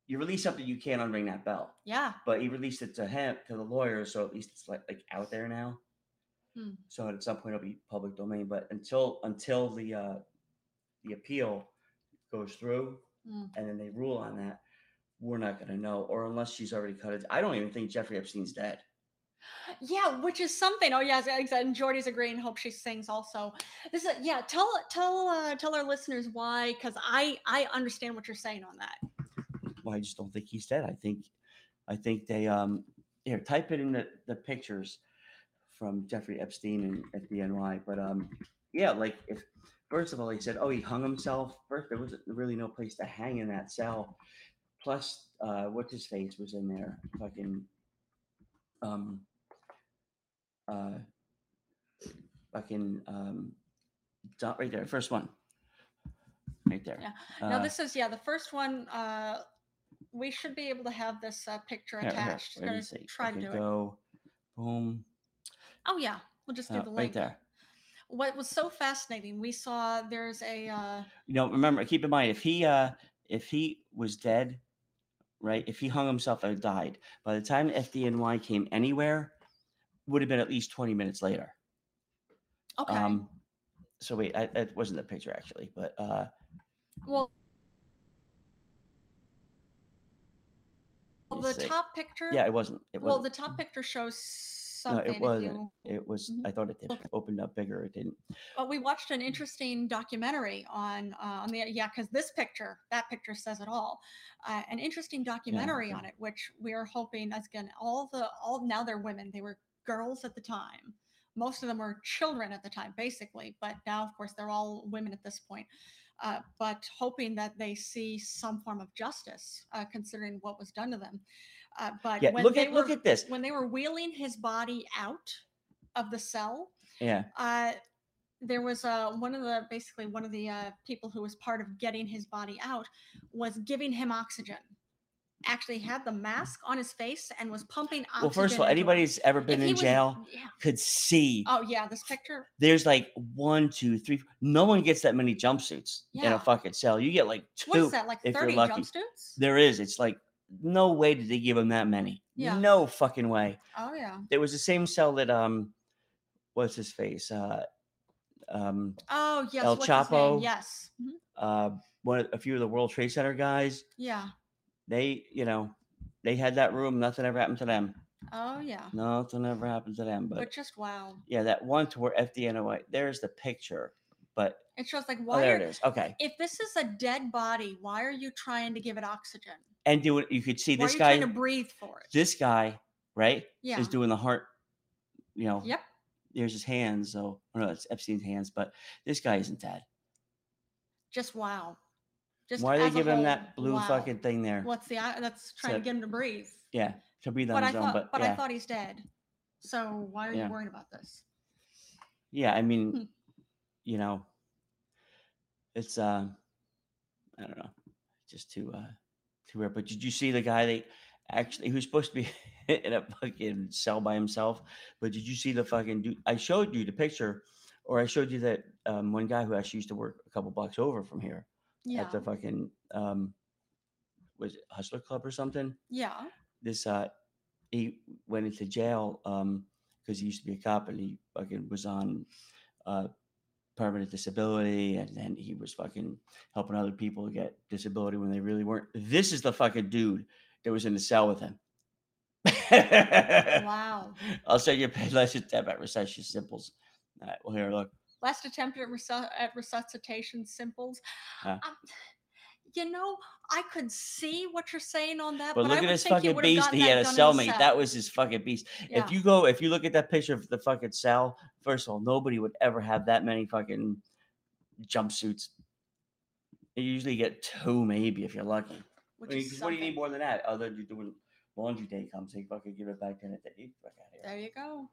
B: you release something, you can't unring that bell."
A: Yeah.
B: But he released it to him to the lawyer, so at least it's like like out there now.
A: Hmm.
B: So at some point it'll be public domain. But until until the uh, the appeal goes through
A: Mm.
B: and then they rule on that, we're not going to know. Or unless she's already cut it. I don't even think Jeffrey Epstein's dead.
A: Uh, Yeah, which is something. Oh, yes, exactly. And Jordy's agreeing. Hope she sings also. This is yeah. Tell tell uh, tell our listeners why, because I I understand what you're saying on that.
B: Well, I just don't think he's dead. I think I think they um here type it in the, the pictures from Jeffrey Epstein and at the NY. But um yeah, like if first of all he said, oh he hung himself. First there was really no place to hang in that cell. Plus uh what's his face was in there. Fucking um uh, fucking um, dot right there, first one, right there.
A: Yeah.
B: Uh,
A: now this is yeah the first one. Uh, we should be able to have this uh, picture
B: here, here,
A: attached.
B: let me
A: Gonna
B: see.
A: try to
B: Okay,
A: do it.
B: go, boom,
A: Oh yeah, we'll just do
B: uh,
A: the
B: right
A: link.
B: there.
A: What was so fascinating? We saw there's a uh,
B: you know remember keep in mind if he uh if he was dead right if he hung himself and died by the time fdny came anywhere would have been at least 20 minutes later
A: okay.
B: um so wait I, that wasn't the picture actually but uh
A: well,
B: let me
A: the
B: see.
A: top picture.
B: yeah it wasn't it
A: well,
B: was
A: the top picture shows something. if
B: wasn't.
A: you-
B: it was
A: Mhm.
B: i thought it did
A: Okay.
B: opened up bigger it didn't
A: But we watched
B: Mm.
A: an interesting documentary on uh, on the yeah because this picture that picture says it all. Uh, an interesting documentary on it, which we are hoping as again all the all now they're women they were girls at the time. Most of them were children at the time, basically, but now of course they're all women at this point. Uh, but hoping that they see some form of justice, uh, considering what was done to them. Uh, but
B: yeah
A: when
B: look
A: they
B: at
A: were,
B: look at this
A: when they were wheeling his body out of the cell,
B: yeah
A: uh, there was uh, one of the basically one of the uh, people who was part of getting his body out was giving him oxygen. Actually, had the mask on his face and was pumping oxygen.
B: well first of all
A: into him.
B: anybody who's ever
A: If
B: been
A: he
B: in
A: was-
B: jail
A: Yeah.
B: could see
A: Oh yeah, this picture.
B: there's like one, two, three. No one gets that many jumpsuits in
A: Yeah.
B: a fucking cell. You get like two.
A: What is that? Like
B: if you're
A: thirty
B: lucky.
A: jumpsuits?
B: There is. It's like no way did they give him that many.
A: Yeah.
B: No fucking way.
A: Oh yeah.
B: It was the same cell that um, what's his face? Uh, um,
A: Oh yes.
B: El
A: what's his name?
B: Chapo.
A: Yes. Mhm.
B: uh, one of, a few of the World Trade Center guys.
A: Yeah.
B: They, you know, they had that room. Nothing ever happened to them.
A: Oh yeah.
B: Nothing ever happened to them. But
A: But just wow.
B: yeah, that one to where FDNY. There's the picture. But
A: It shows like
B: oh,
A: why
B: there
A: are,
B: it is. Okay.
A: if this is a dead body, why are you trying to give it oxygen?
B: And do it. You could see
A: why are
B: this
A: you
B: guy.
A: trying to breathe for it?
B: this guy, right,
A: yeah.
B: is doing the heart, you know,
A: Yep.
B: there's his hands. So, I don't know, it's Epstein's hands, but this guy isn't dead.
A: just wow. Just
B: Why are they
A: as a
B: giving him
A: whole,
B: that blue
A: wow.
B: fucking thing there?
A: What's the eye- that's trying
B: So-
A: to get him to breathe?
B: Yeah, to breathe on
A: But I
B: his own.
A: thought,
B: But,
A: but,
B: yeah.
A: I thought he's dead. So why are
B: Yeah.
A: you worrying about this?
B: yeah, I mean,
A: Hmm.
B: you know, it's, uh, I don't know, just too, uh, too weird. But did you see the guy that actually, who's supposed to be [laughs] in a fucking cell by himself? But did you see the fucking dude? I showed you the picture, or I showed you that um, one guy who actually used to work a couple blocks over from here.
A: Yeah,
B: at the fucking um was it hustler club or something
A: yeah,
B: [laughs] this uh he went into jail um because he used to be a cop and he fucking was on uh permanent disability and then he was fucking helping other people get disability when they really weren't this is the fucking dude that was in the cell with him
A: wow.
B: [laughs] i'll send you a [laughs] page last attempt at recession simples all right well here look
A: Last attempt at, resu- at resuscitation simples.
B: Huh.
A: Um, you know, I could see what you're saying on that,
B: but
A: but I
B: look at
A: would
B: his
A: think you
B: fucking
A: would have
B: beast
A: gotten
B: he had a
A: that done in the
B: cellmate
A: cell.
B: that was his fucking beast
A: yeah.
B: If you go, if you look at that picture of the fucking cell, first of all, nobody would ever have that many fucking jumpsuits. You usually get two, maybe, if you're lucky. I
A: which
B: mean,
A: is
B: 'cause what do you need
A: something.
B: more than that? Other than you're doing laundry day comes, they fucking give it back to the fuck out of here.
A: There you go.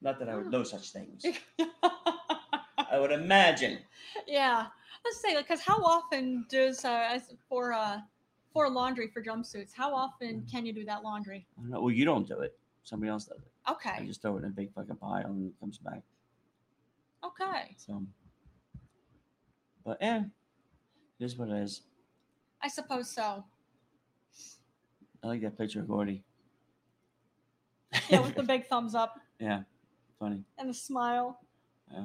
B: Not that I would
A: Oh.
B: know such
A: [laughs]
B: things. [laughs] I would imagine.
A: yeah, let's say because how often does uh, as for uh for laundry for jumpsuits? How often can you do that laundry?
B: I don't know. Well, you don't do it. Somebody else does it. I
A: Okay,
B: just throw it in a big fucking pile and it comes back.
A: okay.
B: So, but eh, it is what it is.
A: I suppose so.
B: I like that picture of Gordy.
A: Yeah, with the big thumbs up
B: Yeah, funny.
A: and the smile.
B: Yeah.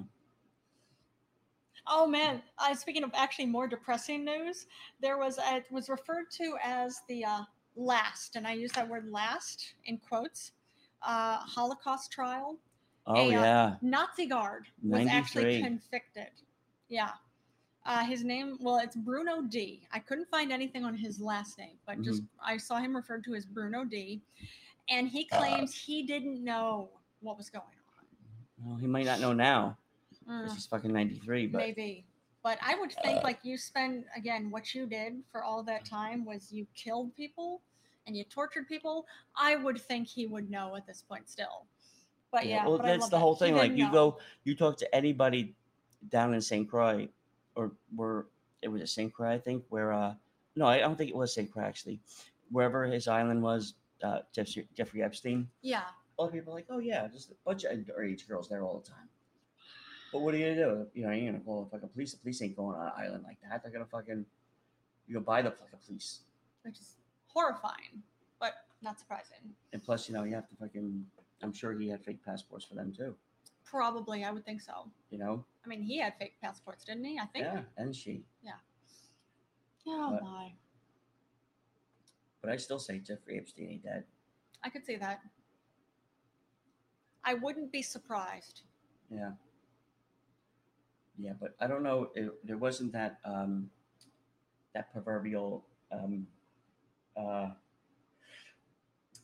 A: Oh man! Uh, speaking of actually more depressing news, there was uh, it was referred to as the uh, last, and I use that word "last" in quotes. Uh, Holocaust trial.
B: Oh
A: Hey, uh,
B: yeah,
A: Nazi guard was actually
B: 93.
A: convicted. Yeah. Uh, his name, well, it's Bruno D. I couldn't find anything on his last name, but just
B: Mm-hmm.
A: I saw him referred to as Bruno D. And he
B: Uh,
A: claims he didn't know what was going
B: well, he might not know now.
A: on.
B: This
A: Mm,
B: is fucking '93, but
A: maybe. But I would think, like, you spend, again, what you did for all that time was you killed people and you tortured people. I would think he would know at this point still. But yeah,
B: well,
A: but I
B: that's
A: love
B: the
A: that.
B: whole
A: He
B: thing. Like
A: didn't
B: you
A: know.
B: go, you talk to anybody down in St. Croix, or where it was a St. Croix, I think. Where uh, no, I don't think it was St. Croix actually. Wherever his island was, uh, Jeffrey, Jeffrey Epstein.
A: Yeah,
B: All the people are like, oh yeah, just a bunch of underage girls there all the time. But what are you gonna do? You know, you're gonna call the fucking police. The police ain't going on an island like that. They're gonna fucking you gonna buy the fucking police.
A: which is horrifying, but not surprising.
B: And plus, you know, you have to fucking. I'm sure he had fake passports for them too.
A: Probably, I would think so.
B: You know.
A: I mean, he had fake passports, didn't he? I think.
B: yeah, and she.
A: Oh
B: But-
A: my,
B: But I still say Jeffrey Epstein ain't dead.
A: I could see that. I wouldn't be surprised.
B: Yeah. Yeah, but I don't know. It, there wasn't that um, that proverbial um, uh,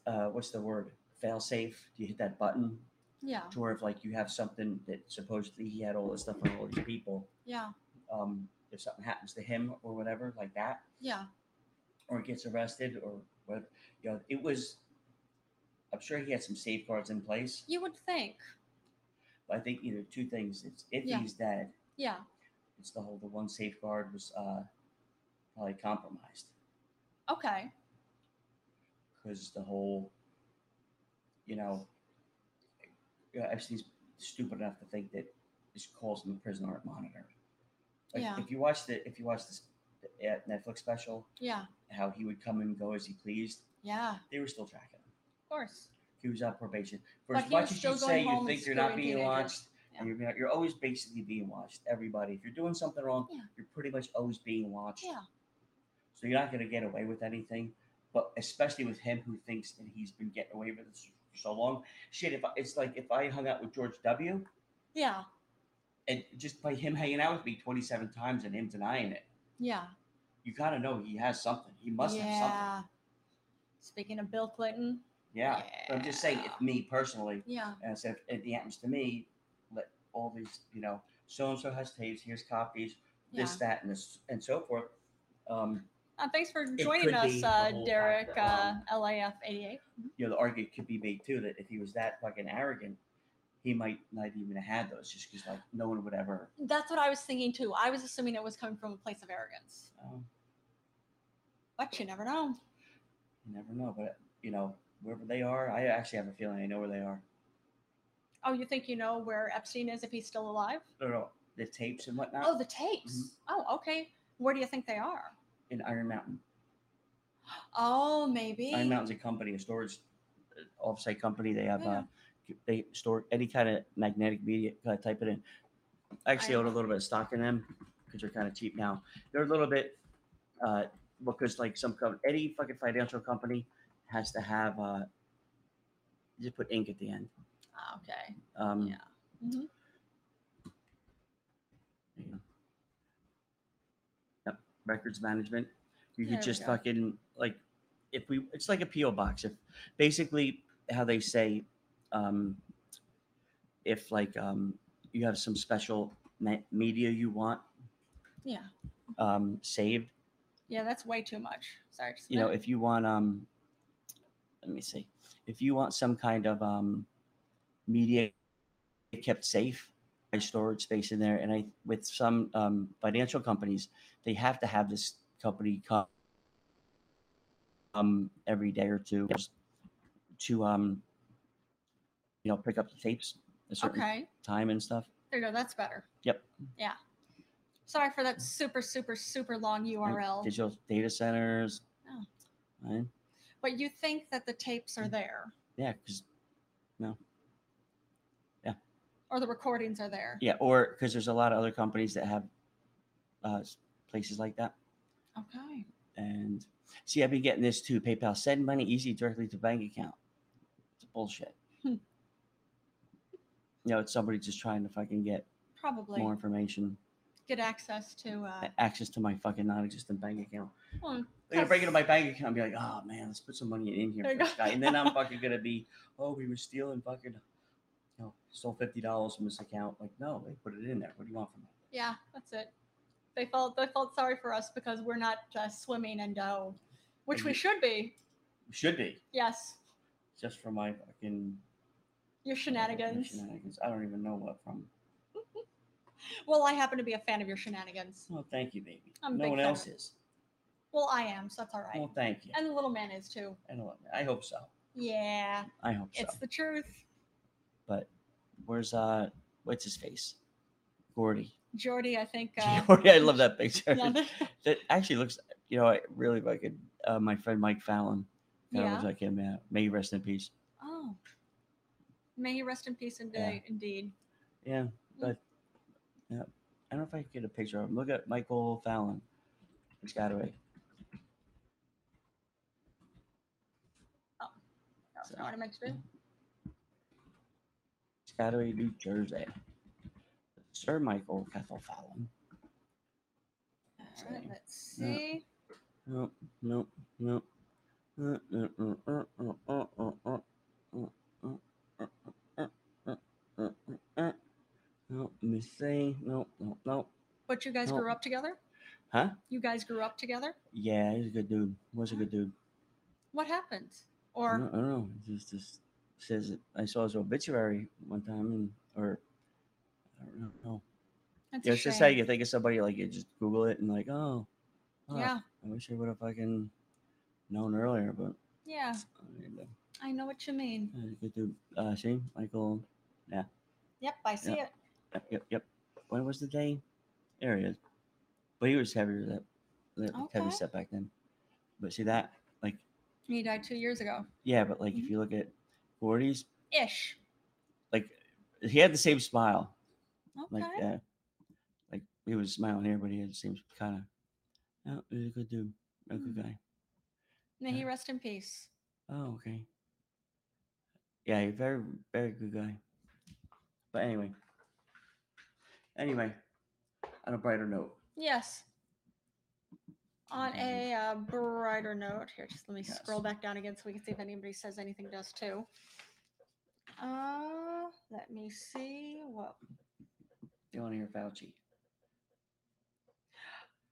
B: uh, what's the word? Fail safe. Do you hit that button
A: Yeah,
B: to where if like you have something that supposedly he had all this stuff on all these people.
A: yeah,
B: Um, if something happens to him or whatever like that,
A: yeah.
B: or gets arrested or what, you know, it was. I'm sure he had some safeguards in place.
A: You would think.
B: But I think either two things. It's if
A: Yeah.
B: he's dead,
A: Yeah,
B: It's the whole the one safeguard was uh, probably compromised
A: okay.
B: because the whole, you know, you know, Epstein's stupid enough to think that his calls in the prison aren't monitored. Like,
A: Yeah.
B: If you watch the if you watch this uh, Netflix special,
A: Yeah,
B: how he would come and go as he pleased,
A: yeah, of
B: they were still tracking him.
A: course.
B: He was on probation. For
A: But
B: as
A: he was
B: much as
A: still
B: you
A: going
B: say
A: home
B: you
A: and
B: think you're not
A: screwing
B: being
A: teenagers.
B: watched, and you're being- you're always basically being watched. Everybody, if you're doing something wrong,
A: Yeah.
B: you're pretty much always being watched.
A: Yeah,
B: So you're not going to get away with anything, but especially with him who thinks that he's been getting away with this for so long. Shit, if I, it's like if I hung out with George W.
A: yeah,
B: and just by him hanging out with me 27 times and him denying it,
A: yeah.
B: you got to know he has something. He must
A: yeah.
B: have something.
A: Speaking of Bill Clinton.
B: Yeah. But I'm just saying, if me personally,
A: Yeah.
B: and I said, if it happens to me, let all these, you know, so and so has tapes, here's copies,
A: Yeah.
B: this, that, and this, and so forth. Um,
A: Uh, thanks for
B: It
A: joining
B: could
A: us,
B: be the
A: uh,
B: whole
A: Derek,
B: fact
A: uh,
B: that, um,
A: LAF88.
B: you know, the argument could be made too that if he was that fucking arrogant, he might not even have had those just because, like, no one would ever.
A: That's what I was thinking too. I was assuming it was coming from a place of arrogance,
B: Um,
A: but you never know.
B: you never know. But, you know, wherever they are, I actually have a feeling I know where they are.
A: Oh, you think you know where Epstein is if he's still alive?
B: No, no, the tapes and whatnot
A: Oh, the tapes.
B: Mm-hmm.
A: Oh, okay. Where do you think they are?
B: in Iron Mountain.
A: Oh, maybe.
B: Iron Mountain's a company, a storage uh, offsite company. They have,
A: Yeah.
B: uh, they store any kind of magnetic media. Uh, type it in. I actually
A: Iron
B: own a little bit of stock in them because they're kind of cheap now. They're a little bit, uh, because like some company, any fucking financial company has to have, uh, you just put ink at the end.
A: Ah, okay.
B: Um,
A: Yeah. hmm
B: records management. You
A: There
B: could
A: we
B: just
A: go.
B: fucking like if we it's like a PO box. If basically how they say um if like um you have some special me- media you want
A: Yeah.
B: um saved,
A: Yeah, that's way too much. Sorry. to
B: you know,
A: say.
B: if you want um let me see. If you want some kind of um media kept safe by storage space in there and I with some um financial companies, they have to have this company come um every day or two to um you know pick up the tapes a certain
A: okay.
B: time and stuff.
A: There you go. That's better.
B: Yep.
A: Yeah. Sorry for that super, super, super long
B: Right?
A: URL.
B: Digital data centers.
A: Oh.
B: Right?
A: but you think that the tapes are
B: Mm.
A: there
B: Yeah, because
A: or the recordings are there.
B: yeah, or because there's a lot of other companies that have uh, s- places like that.
A: Okay.
B: And see, I've been getting this too. PayPal send money easy directly to bank account. It's bullshit.
A: Hmm.
B: You know, it's somebody just trying to fucking get
A: Probably
B: more information.
A: get access to. Uh, hmm.
B: a- access to my fucking non-existent bank account.
A: well,
B: They're gonna break into my bank account and be like, "Oh man, let's put some money in here
A: There
B: for
A: you
B: this
A: go.
B: guy," and
A: [laughs]
B: then I'm fucking gonna be, "Oh, we were stealing fucking, you know, stole fifty dollars from this account." Like, no, they put it in there. What do you want from me?
A: yeah, that's it. They felt they felt sorry for us because we're not uh, swimming in dough, which we
B: you-
A: should be.
B: Should be
A: Yes.
B: just for my fucking
A: Your shenanigans.
B: Shenanigans. I don't even know what from.
A: Well, I happen to be a fan of your shenanigans.
B: Oh, thank you, baby.
A: I'm a
B: no
A: big
B: one
A: fan
B: else
A: of
B: is.
A: Well, I am, so that's all right.
B: Well, thank you.
A: And the little man is too.
B: I know. I hope so.
A: Yeah,
B: I hope so.
A: it's the truth.
B: But where's uh, what's his face? Gordy. [laughs]
A: Jordy, I think. Uh,
B: Gordy, I
A: [laughs]
B: love that picture.
A: yeah,
B: That actually looks, you know, I really like it. Uh, my friend Mike Fallon [laughs] kind of
A: yeah.
B: looks like him. Yeah. May he rest in peace.
A: Oh. May he rest in peace indeed.
B: Yeah.
A: indeed.
B: Yeah,
A: Mm.
B: but yeah, I don't know if I can get a picture of him. Look at Michael Fallon. He's got away.
A: That's not what I meant to do.
B: Scotty, New Jersey. Sir Michael Cathal Fallon.
A: All right, let's
B: Yeah.
A: see.
B: No, no, no. Uh, uh, uh, uh, uh, uh, uh, uh, uh, uh, uh, uh, uh, uh, uh, uh. No, let me see. No, no, no.
A: But you guys
B: No.
A: grew up together?
B: Huh?
A: You guys grew up together?
B: Yeah, he's a good dude. Was a good dude.
A: What happened?
B: I
A: Or
B: don't, I don't know. It just, just says it. I saw his obituary one time, and or I don't know.
A: that's
B: Yeah,
A: a
B: it's just how
A: shame.
B: you think of somebody. Like you just Google it and like, oh, huh,
A: Yeah,
B: I wish I would have fucking known earlier, but
A: yeah.
B: I mean, uh,
A: I know what you mean.
B: I get to uh, see Michael.
A: Yep, I see it.
B: Yep, yep, yep. When was the day? There he is. But he was heavier that, that
A: Okay.
B: heavy set back then. But see that, like,
A: He died two years ago.
B: yeah. But like,
A: Mhm.
B: if you look at Gordy's,
A: Ish.
B: he had the same smile.
A: Okay.
B: like that. Like he was smiling here, but he had seems kind of. No, he's a good dude, a good
A: Mm.
B: guy.
A: May he rest in peace.
B: Oh, okay. Yeah, he's very, very good guy. But anyway, anyway, on a brighter note,
A: Yes. On
B: Mhm.
A: a uh, brighter note, here, just let me
B: Yes.
A: scroll back down again so we can see if anybody says anything to us too. Uh, let me see what
B: they want to hear Fauci.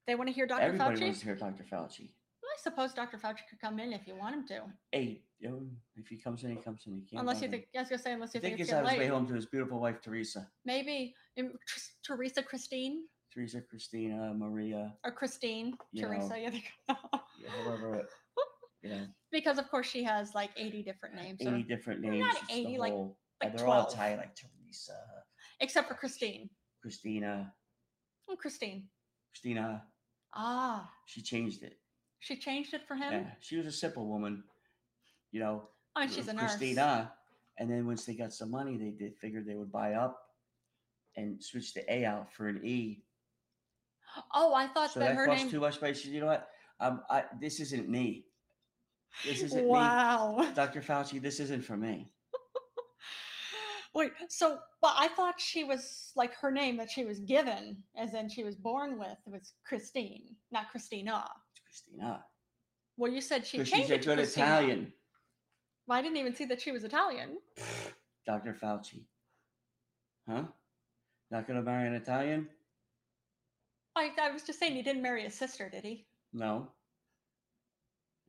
A: they want to hear. Dr.
B: Everybody
A: Fauci.
B: wants to hear Dr. Fauci.
A: Well, I suppose Dr. Fauci could come in if you want him to,
B: Hey, you know, if he comes in, he comes in. He can't.
A: unless you
B: fucking-
A: think. I was gonna say unless
B: I
A: you
B: think
A: think
B: he's
A: it's
B: on
A: getting
B: his way
A: late.
B: home to his beautiful wife Teresa,
A: Maybe um, Tris- Teresa Christine
B: Teresa, Christina, Maria,
A: or Christine
B: You
A: Teresa. [laughs]
B: know.
A: Yeah, they
B: yeah,
A: [laughs]
B: however, you know,
A: because of course she has like eighty different names, or-
B: eighty different
A: Well,
B: names.
A: not
B: just the
A: 80, like-
B: whole- and
A: like
B: they're all
A: 12.
B: Italian, like Teresa,
A: except for Christine.
B: Christina,
A: Oh, Christine.
B: Christina.
A: Ah,
B: She changed it.
A: she changed it for him.
B: Yeah, she was a simple woman, you know.
A: I mean, she's a nurse.
B: Christina. And then once they got some money, they did figured they would buy up and switch the A out for an E.
A: Oh, I thought
B: So
A: that,
B: that
A: her
B: cost
A: name.
B: too much. But she said, you know what? Um, I, this isn't me. This isn't
A: wow. [laughs]
B: me, Dr. Fauci. This isn't for me.
A: Wait, so, but I thought she was like her name that she was given, as in she was born with, was Christine, not Christina.
B: It's Christina.
A: Well, you said she
B: Because
A: changed
B: she's a
A: it to
B: good
A: Christina.
B: Italian.
A: Well, I didn't even see that she was Italian.
B: Dr. Fauci. Huh? Not gonna marry an Italian?
A: I, I was just saying he didn't marry his sister, did he?
B: No.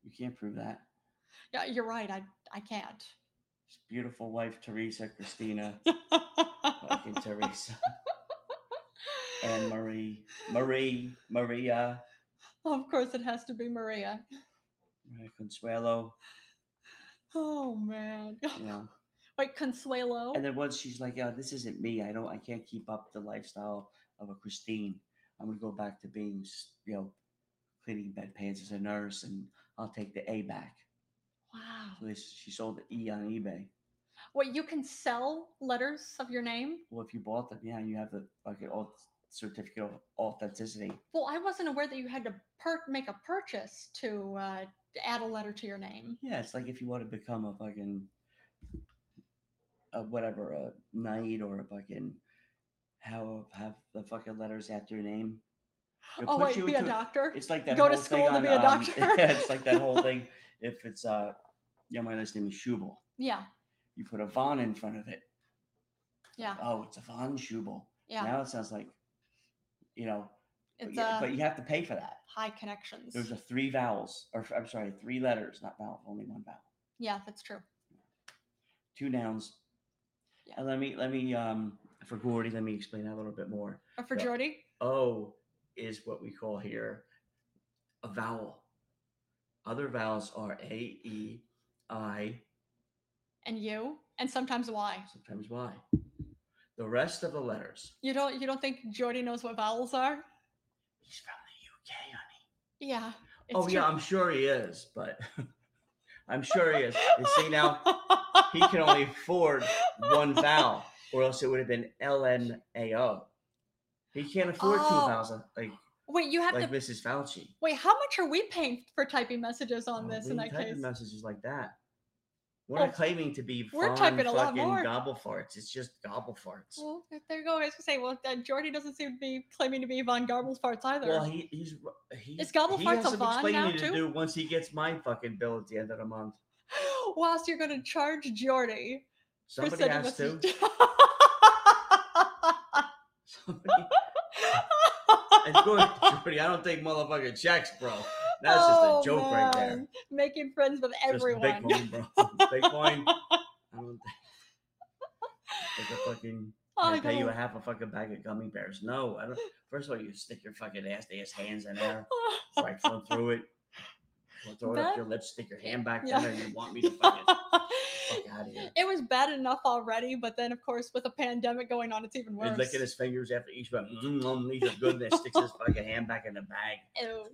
B: You can't prove that.
A: Yeah, you're right. I I can't.
B: His beautiful wife Teresa, Christina, fucking Teresa, and Marie, Marie, Maria,
A: [laughs] of course, it has to be Maria.
B: Maria Consuelo.
A: Oh man. [laughs]
B: You know.
A: Wait, Consuelo.
B: And then once she's like, "Yeah, this isn't me. I don't. I can't keep up the lifestyle of a Christine. I'm gonna go back to being, s- you know, cleaning bedpans as a nurse, and I'll take the A back."
A: wow.
B: So they, s- she sold the E on eBay.
A: Wait, you can sell letters of your name?
B: Well, if you bought them, yeah, you have the like an auth- certificate of authenticity.
A: Well, I wasn't aware that you had to per- make a purchase to uh, add a letter to your name.
B: Yeah, it's like if you want to become a fucking a whatever a knight or a fucking how have the fucking letters after your name. It
A: oh,
B: puts
A: wait, be a
B: into-
A: doctor?
B: It's like that.
A: Go to
B: whole thing
A: school to
B: on,
A: be a
B: um,
A: doctor.
B: yeah, [laughs] it's like that
A: [laughs]
B: whole thing. If it's uh, yeah, my last name is Schubel.
A: yeah,
B: You put a von in front of it.
A: yeah,
B: Oh, it's a von Schubel.
A: yeah.
B: Now it sounds like, you know, but,
A: it's
B: you,
A: uh,
B: but you have to pay for that.
A: high connections.
B: There's a three vowels, or I'm sorry, three letters, not vowel, only one vowel.
A: yeah, that's true.
B: Two nouns,
A: Yeah.
B: And let me let me um for Gordy, let me explain that a little bit more.
A: Uh, For
B: Yeah.
A: Jordy?
B: O is what we call here a vowel. Other vowels are A, E, I,
A: And you? And sometimes why?
B: sometimes Y. The rest of the letters.
A: You don't you don't think Jordy knows what vowels are?
B: He's from the UK, honey.
A: Yeah.
B: oh
A: it's
B: yeah,
A: true.
B: I'm sure he is,
A: [laughs]
B: but I'm sure he is. And see now,
A: [laughs]
B: he can only afford one vowel, or else it would have been L N A O. He can't afford two
A: Oh.
B: vowels uh, like
A: Wait, you have [laughs]
B: like
A: to
B: Mrs. Fauci.
A: wait. How much are we paying for typing messages on
B: Oh,
A: this?
B: we
A: In
B: ain't
A: that
B: typing
A: case,
B: messages like that. We're
A: Oh,
B: not claiming to be
A: we're
B: fun,
A: typing a lot
B: fucking
A: more.
B: gobble farts. It's just gobble farts.
A: well, there you go. I was gonna say, well, uh, Jordy doesn't seem to be claiming to be Von Garblefarts either. [gasps]
B: Well, he, he's he,
A: Is gobble
B: he
A: farts
B: has
A: a
B: some
A: Vaughn
B: explaining
A: now,
B: to
A: too?
B: do once he gets my fucking bill at the end of the month.
A: wow, so you're gonna charge Jordy for
B: Somebody
A: sending
B: has
A: [laughs]
B: to.
A: messages-
B: [laughs] Somebody And going to Jordy, I don't take motherfucking checks, bro. That's
A: Oh,
B: just a joke right there.
A: man. Making friends with everyone.
B: Just Bitcoin, bro.
A: [laughs]
B: Bitcoin. I don't think. Like a fucking.
A: Oh,
B: I pay you a
A: God. [laughs]
B: half a fucking bag of gummy bears. No, I don't. First of all, you stick your fucking nasty ass hands in there, right foot through it, or throw it up
A: That-
B: your lips, stick your hand back
A: Yeah.
B: in there. You want
A: [laughs]
B: me to fucking fuck out of here?
A: it was bad enough already, but then of course with a pandemic going on, it's even worse.
B: He's licking his fingers after each one. Mm, mm, These are good. And then sticks his fucking hand back in the bag.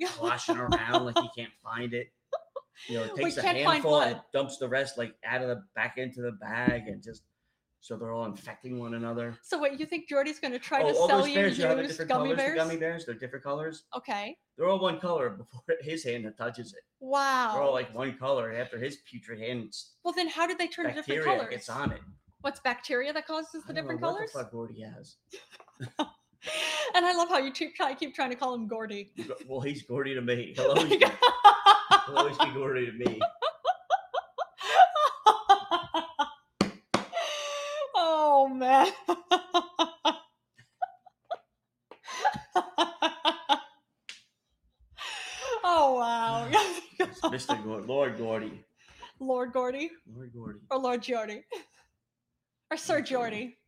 A: Ew.
B: sloshing around like he can't find it. You know, it
A: We
B: takes a
A: can't find
B: handful and
A: what?
B: dumps the rest like out of the back into the bag and just so they're all infecting one another.
A: [laughs] So wait, you think Jordy's going to try
B: oh,
A: to
B: all
A: sell
B: those
A: you
B: bears, you have the
A: used
B: different
A: gummy
B: colors.
A: bears?
B: The gummy bears, they're different colors.
A: Okay.
B: They're all one color before [laughs] his hand that touches it. They're all
A: Wow.
B: like one color and after his putrid hand s-
A: Well, then how did they turn to different
B: bacteria
A: colors?
B: gets on it.
A: What's bacteria that causes the
B: I don't know
A: different
B: what
A: colors?
B: the fuck Gordy has.
A: [laughs] And I love how you keep, try, keep trying to call him
B: [laughs]
A: Gordy. [laughs]
B: You go- Well, he's Gordy to me. He'll always, be, he'll always be Gordy
A: [laughs]
B: to me.
A: oh man. [laughs] oh
B: [laughs]
A: wow. [laughs]
B: It's Mr. Gordy. Lord Gordy.
A: Lord Gordy
B: Lord Gordy.
A: or Lord Jordy. Or Sir
B: Lord Jordy.
A: Jordy.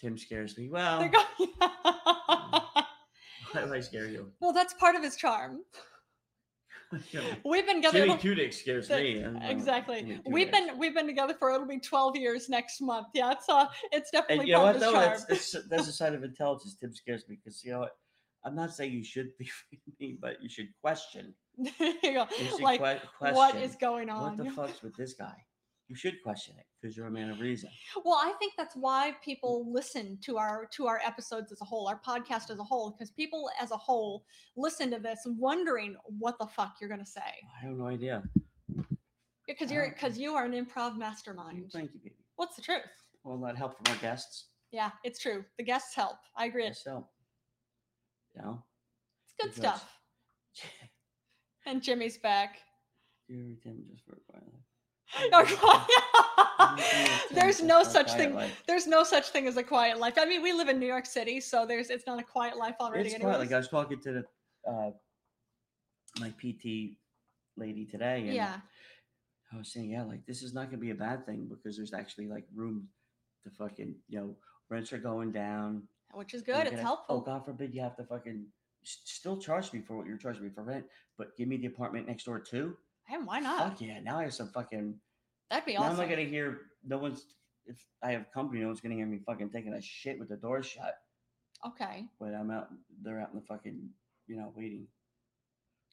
B: Tim scares me. Well,
A: They're go-
B: Oh. Why do I scare you?
A: [laughs]
B: [laughs]
A: well, that's part of his charm. We've been together
B: Jimmy
A: for-
B: Kudick scares
A: That-
B: me. I don't know.
A: exactly.
B: Jimmy
A: We've
B: Kudick.
A: been we've been together for it'll be twelve years next month. Yeah, it's uh it's
B: And
A: definitely
B: you know
A: part
B: what
A: of his
B: though?
A: charm.
B: That's, that's, that's a sign of intelligence. Tim scares me because you know what? I'm not saying you should be [laughs] me, but you should question.
A: [laughs] Yeah,
B: You should
A: like
B: que- question
A: what is going
B: what
A: on?
B: the fuck's with this guy? You should question it because you're a man of reason.
A: Well, I think that's why people
B: Mm.
A: listen to our to our episodes as a whole, our podcast as a whole, because people as a whole listen to this wondering what the fuck you're gonna say.
B: I have no idea.
A: Because
B: I
A: you're
B: don't-
A: because you are an improv mastermind.
B: Thank you, baby.
A: What's the truth?
B: Well, that help from our guests.
A: Yeah, it's true. The guests help. I agree. It's
B: So, you know, [laughs]
A: good
B: because-
A: stuff. And Jimmy's back.
B: you're Tim just for a while.
A: Oh [laughs]
B: [laughs]
A: there's no such thing.
B: Like,
A: There's no such thing as a quiet life. I mean, we live in New York City, so there's it's not a quiet life already.
B: it's quiet. Like I
A: anyways.
B: was talking to the uh, my PT lady today, and
A: yeah,
B: I was saying, yeah, like this is not gonna be a bad thing because there's actually like room to fucking you know rents are going down.
A: which is
B: and
A: good.
B: you're
A: It's
B: gonna- Oh
A: helpful.
B: God forbid you have to fucking s- still charge me for what you're charging me for rent, but give me the apartment next door too.
A: And why not?
B: Fuck yeah! Now I have some fucking.
A: That'd be
B: Now I'm
A: awesome.
B: not gonna hear. No one's. If I have company, no one's gonna hear me fucking taking a shit with the door shut.
A: Okay.
B: But I'm out. They're out in the fucking. You know, waiting.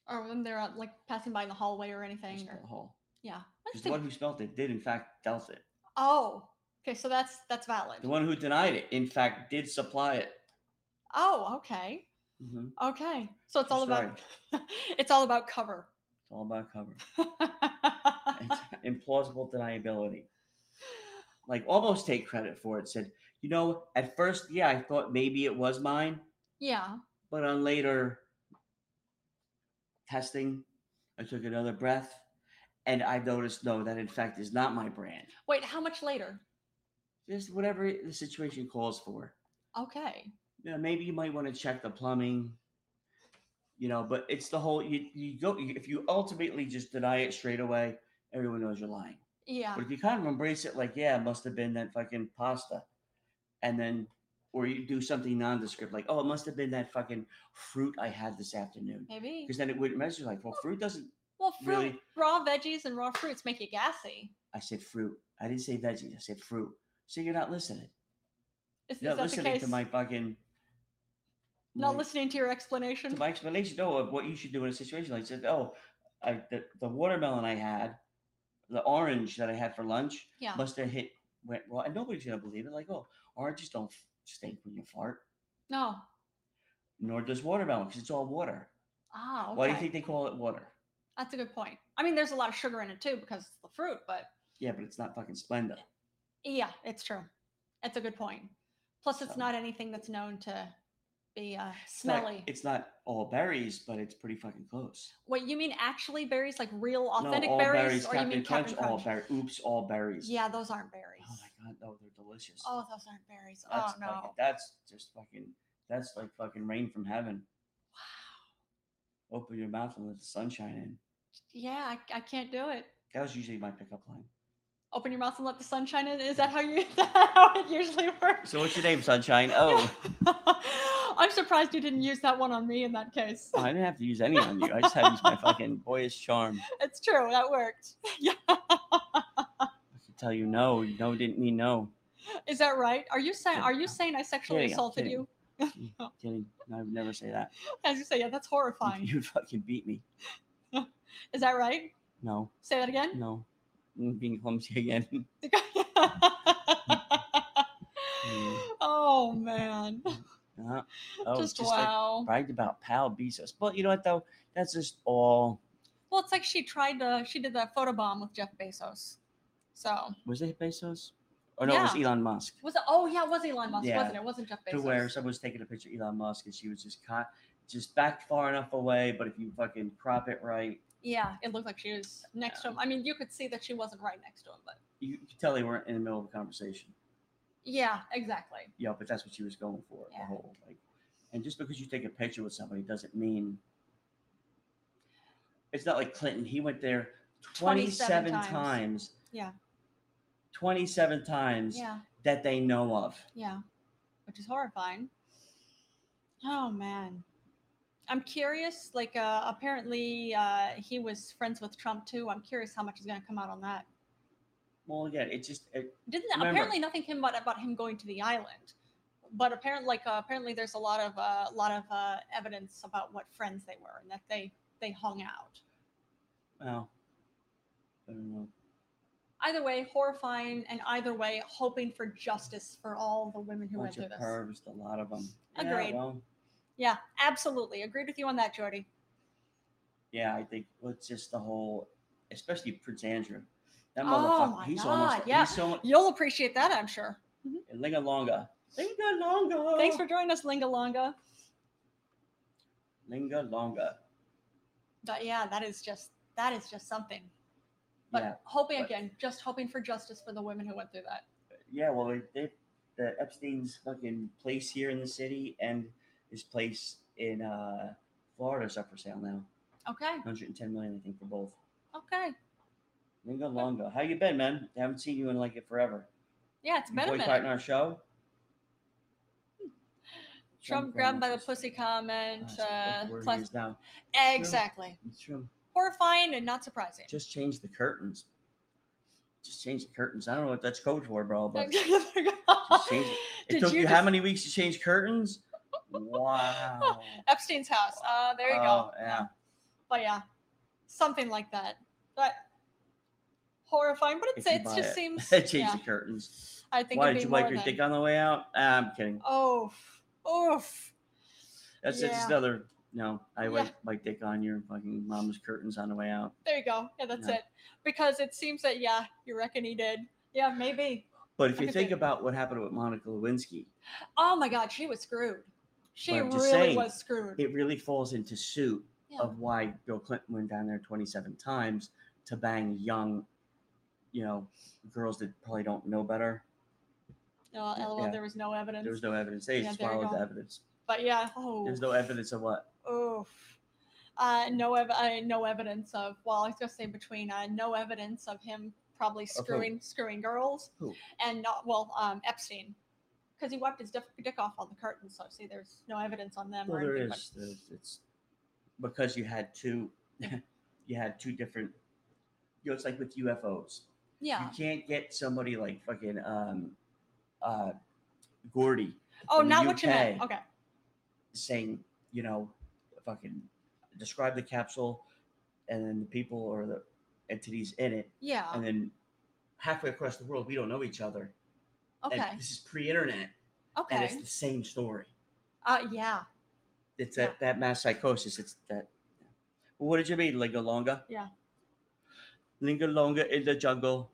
A: Or when they're out, like passing by in the hallway or anything.
B: Just
A: Or,
B: the hall.
A: yeah. I
B: Because
A: just
B: the one
A: think,
B: who smelt it did, in fact, dealt it.
A: oh, okay. So that's that's valid.
B: The one who denied it, in fact, did supply it.
A: Oh, okay.
B: Mhm. It's
A: Okay. So it's all
B: Just
A: about [laughs] it's all about
B: [laughs]
A: cover. [laughs]
B: all about cover. It's [laughs] implausible deniability. Like, almost take credit for it. Said, you know, at first, yeah, I thought maybe it was mine,
A: yeah.
B: but on later testing, I took another breath and I noticed, no, that in fact is not my brand.
A: Wait, how much later?
B: Just whatever the situation calls for.
A: Okay.
B: you know, maybe you might want to check the plumbing. You know, but it's the whole you you go if you ultimately just deny it straight away, everyone knows you're lying.
A: Yeah.
B: But if you kind of embrace it, like, yeah, it must have been that fucking pasta, and then, or you do something nondescript, like, oh, it must have been that fucking fruit I had this afternoon,
A: Maybe.
B: because then it would measure like, well, fruit doesn't.
A: Well, fruit,
B: really-
A: raw veggies and raw fruits make you gassy.
B: I said fruit. I didn't say veggies. I said fruit. So you're not listening.
A: Is,
B: You're
A: is
B: not
A: that the
B: listening
A: case?
B: to my fucking.
A: Not
B: my-
A: listening to your explanation.
B: to my explanation though of what you should do in a situation like said, oh, I, the, the watermelon I had, the orange that I had for lunch
A: yeah.
B: must have hit went raw, and nobody's gonna believe it. Like, oh, oranges don't stink when you fart,
A: No.
B: nor does watermelon because it's all water.
A: Ah, okay.
B: Why do you think they call it water?
A: That's a good point. I mean, there's a lot of sugar in it too because it's the fruit, but
B: Yeah, but it's not fucking Splenda.
A: yeah, it's true. That's a good point. Plus, it's
B: So-
A: not anything that's known to be uh,
B: It's not-
A: smelly.
B: It's not all berries, but it's pretty fucking close.
A: Wait, you mean actually berries, like real
B: No,
A: authentic
B: all
A: berries, or you
B: Captain
A: mean
B: Crunch,
A: Captain
B: all
A: Crunch?
B: berries. Oops, all berries.
A: Yeah, those aren't berries.
B: Oh my god, no, they're delicious.
A: Oh, those aren't berries.
B: That's
A: oh no.
B: fucking, that's just fucking that's like fucking rain from heaven. Wow. Open your mouth and let the sunshine in.
A: Yeah, I, I can't do it.
B: That was usually my pickup line.
A: Open your mouth and let the sun shine in. Is that how you? [laughs] Is that how it usually works?
B: So what's your name, Sunshine? [laughs] Oh,
A: [laughs] I'm surprised you didn't use that one on me in that case.
B: I didn't have to use any on you. I just had to use my fucking boyish charm.
A: It's true. That worked. Yeah.
B: I could tell you no. No didn't mean no.
A: Is that right? Are you saying?
B: Yeah.
A: Are you saying I sexually
B: Kidding, I'm
A: assaulted
B: kidding.
A: you?
B: Kidding. I would never say that. [laughs]
A: As you say, yeah, that's horrifying.
B: You would fucking beat me.
A: Is that right?
B: No,
A: Say that again.
B: no. I'm being clumsy again. [laughs] Mm-hmm.
A: [laughs] oh man.
B: Uh, Uh-huh. oh,
A: just,
B: just, like
A: wow.
B: bragged about pal Bezos. But you know what though? That's just all.
A: Well, it's like she tried to, she did that photo bomb with Jeff Bezos. So,
B: Was it Bezos? Or no, it was Elon Musk.
A: was it, oh yeah, it was Elon Musk,
B: Yeah.
A: wasn't it? It wasn't Jeff Bezos.
B: to where someone was taking a picture of Elon Musk and she was just caught just back far enough away, but if you fucking crop it right,
A: Yeah, it looked like she was next to him. I mean, you could see that she wasn't right next to him, but
B: you could tell they weren't in the middle of a conversation.
A: yeah, exactly.
B: Yeah, but that's what she was going for. The
A: Yeah.
B: whole like and just because you take a picture with somebody doesn't mean it's not like Clinton. He went there
A: 27
B: 27,
A: times.
B: times.
A: Yeah.
B: 27 times
A: Yeah,
B: that they know of.
A: yeah, which is horrifying. Oh man. I'm curious, like, uh, apparently uh, he was friends with Trump too. I'm curious how much is going to come out on that.
B: Well, again, it just it,
A: didn't
B: Remember-
A: apparently nothing came out about him going to the island but apparently like uh, apparently there's a lot of a uh, lot of uh, evidence about what friends they were and that they they hung out
B: well, I don't know.
A: either way horrifying and either way hoping for justice for all the women
B: A
A: who went
B: bunch
A: through
B: of
A: this
B: curves, a lot of them.
A: Agreed.
B: Yeah, well,
A: yeah absolutely agreed with you on that jordy
B: Yeah, I think well, it's just the whole, especially Prince Andrew. That
A: Oh
B: motherfucker,
A: my
B: he's
A: God,
B: almost,
A: yeah.
B: he's so,
A: you'll appreciate that i'm sure
B: Lingalonga. Lingalonga.
A: thanks for joining us lingalonga
B: Lingalonga.
A: but yeah that is just that is just something but
B: Yeah.
A: hoping
B: but-
A: again just hoping for justice for the women who went through that
B: Yeah, well, they, they, the Epstein's fucking place here in the city and his place in uh, Florida's up for sale now.
A: okay
B: 110 million, I think, for both.
A: okay
B: Lingalonga. How you been, man? haven't seen you in like it forever.
A: yeah it's
B: You
A: been a minute
B: boycotting our show?
A: Trump grabbed by the pussy comment. Uh,
B: plus,
A: plus,
B: now.
A: exactly.
B: It's true.
A: Horrifying and not surprising.
B: Just change the curtains. Just change the curtains. I don't know what that's code for,
A: [laughs]
B: bro. But it change it.
A: Did
B: took you,
A: you
B: how
A: just-
B: many weeks to change curtains? Wow.
A: Epstein's house. Uh, [laughs] there you go.
B: Oh, yeah.
A: But yeah, something like that. But horrifying. But
B: If
A: it's,
B: you
A: it
B: buy
A: just
B: it.
A: seems.
B: [laughs] change
A: yeah,
B: the curtains.
A: I think
B: Why
A: it'd
B: did
A: be
B: you
A: more
B: wipe your
A: than-
B: dick on the way out? Ah, I'm kidding.
A: Oh, oof.
B: That's it's
A: Yeah.
B: just another. No, I
A: Yeah.
B: wiped my dick on your fucking mama's curtains on the way out.
A: There you go. Yeah, that's
B: Yeah.
A: it. Because it seems that yeah, you reckon he did. Yeah, maybe.
B: But if
A: I
B: you
A: could
B: think
A: do-
B: about what happened with Monica Lewinsky,
A: Oh my God, she was screwed. She
B: But I'm
A: really
B: just saying,
A: was screwed. Uh,
B: it really falls into suit
A: Yeah.
B: of why Bill Clinton went down there 27 times to bang young, you know, girls that probably don't know better.
A: Oh, lol,
B: yeah.
A: there was no evidence.
B: There was no evidence. They
A: Yeah, there you
B: swallowed
A: go.
B: the evidence.
A: but yeah, oh.
B: There's no evidence of what?
A: Oof. Uh, no, ev- uh, no evidence of. Well, I was gonna say between uh, no evidence of him probably screwing screwing girls
B: Who?
A: and not well um, Epstein because he wiped his diff- dick off on the curtain. So see, there's no evidence on them.
B: Well,
A: or
B: there
A: anything, but-
B: is. There's- It's because you had two, [laughs] you had two different. You know, it's like with UFOs.
A: yeah.
B: You can't get somebody like fucking um, uh, Gordy
A: Oh,
B: from the
A: not what you meant.
B: UK.
A: Okay.
B: saying, you know, fucking describe the capsule, and then the people or the entities in it,
A: Yeah.
B: and then halfway across the world we don't know each other.
A: Okay.
B: And this is pre-internet, and it's
A: Okay.
B: the same story.
A: Uh, yeah.
B: It's
A: Yeah.
B: that, that mass psychosis. It's that. Well, What did you mean, Lingalonga?
A: Yeah.
B: Lingalonga in the jungle.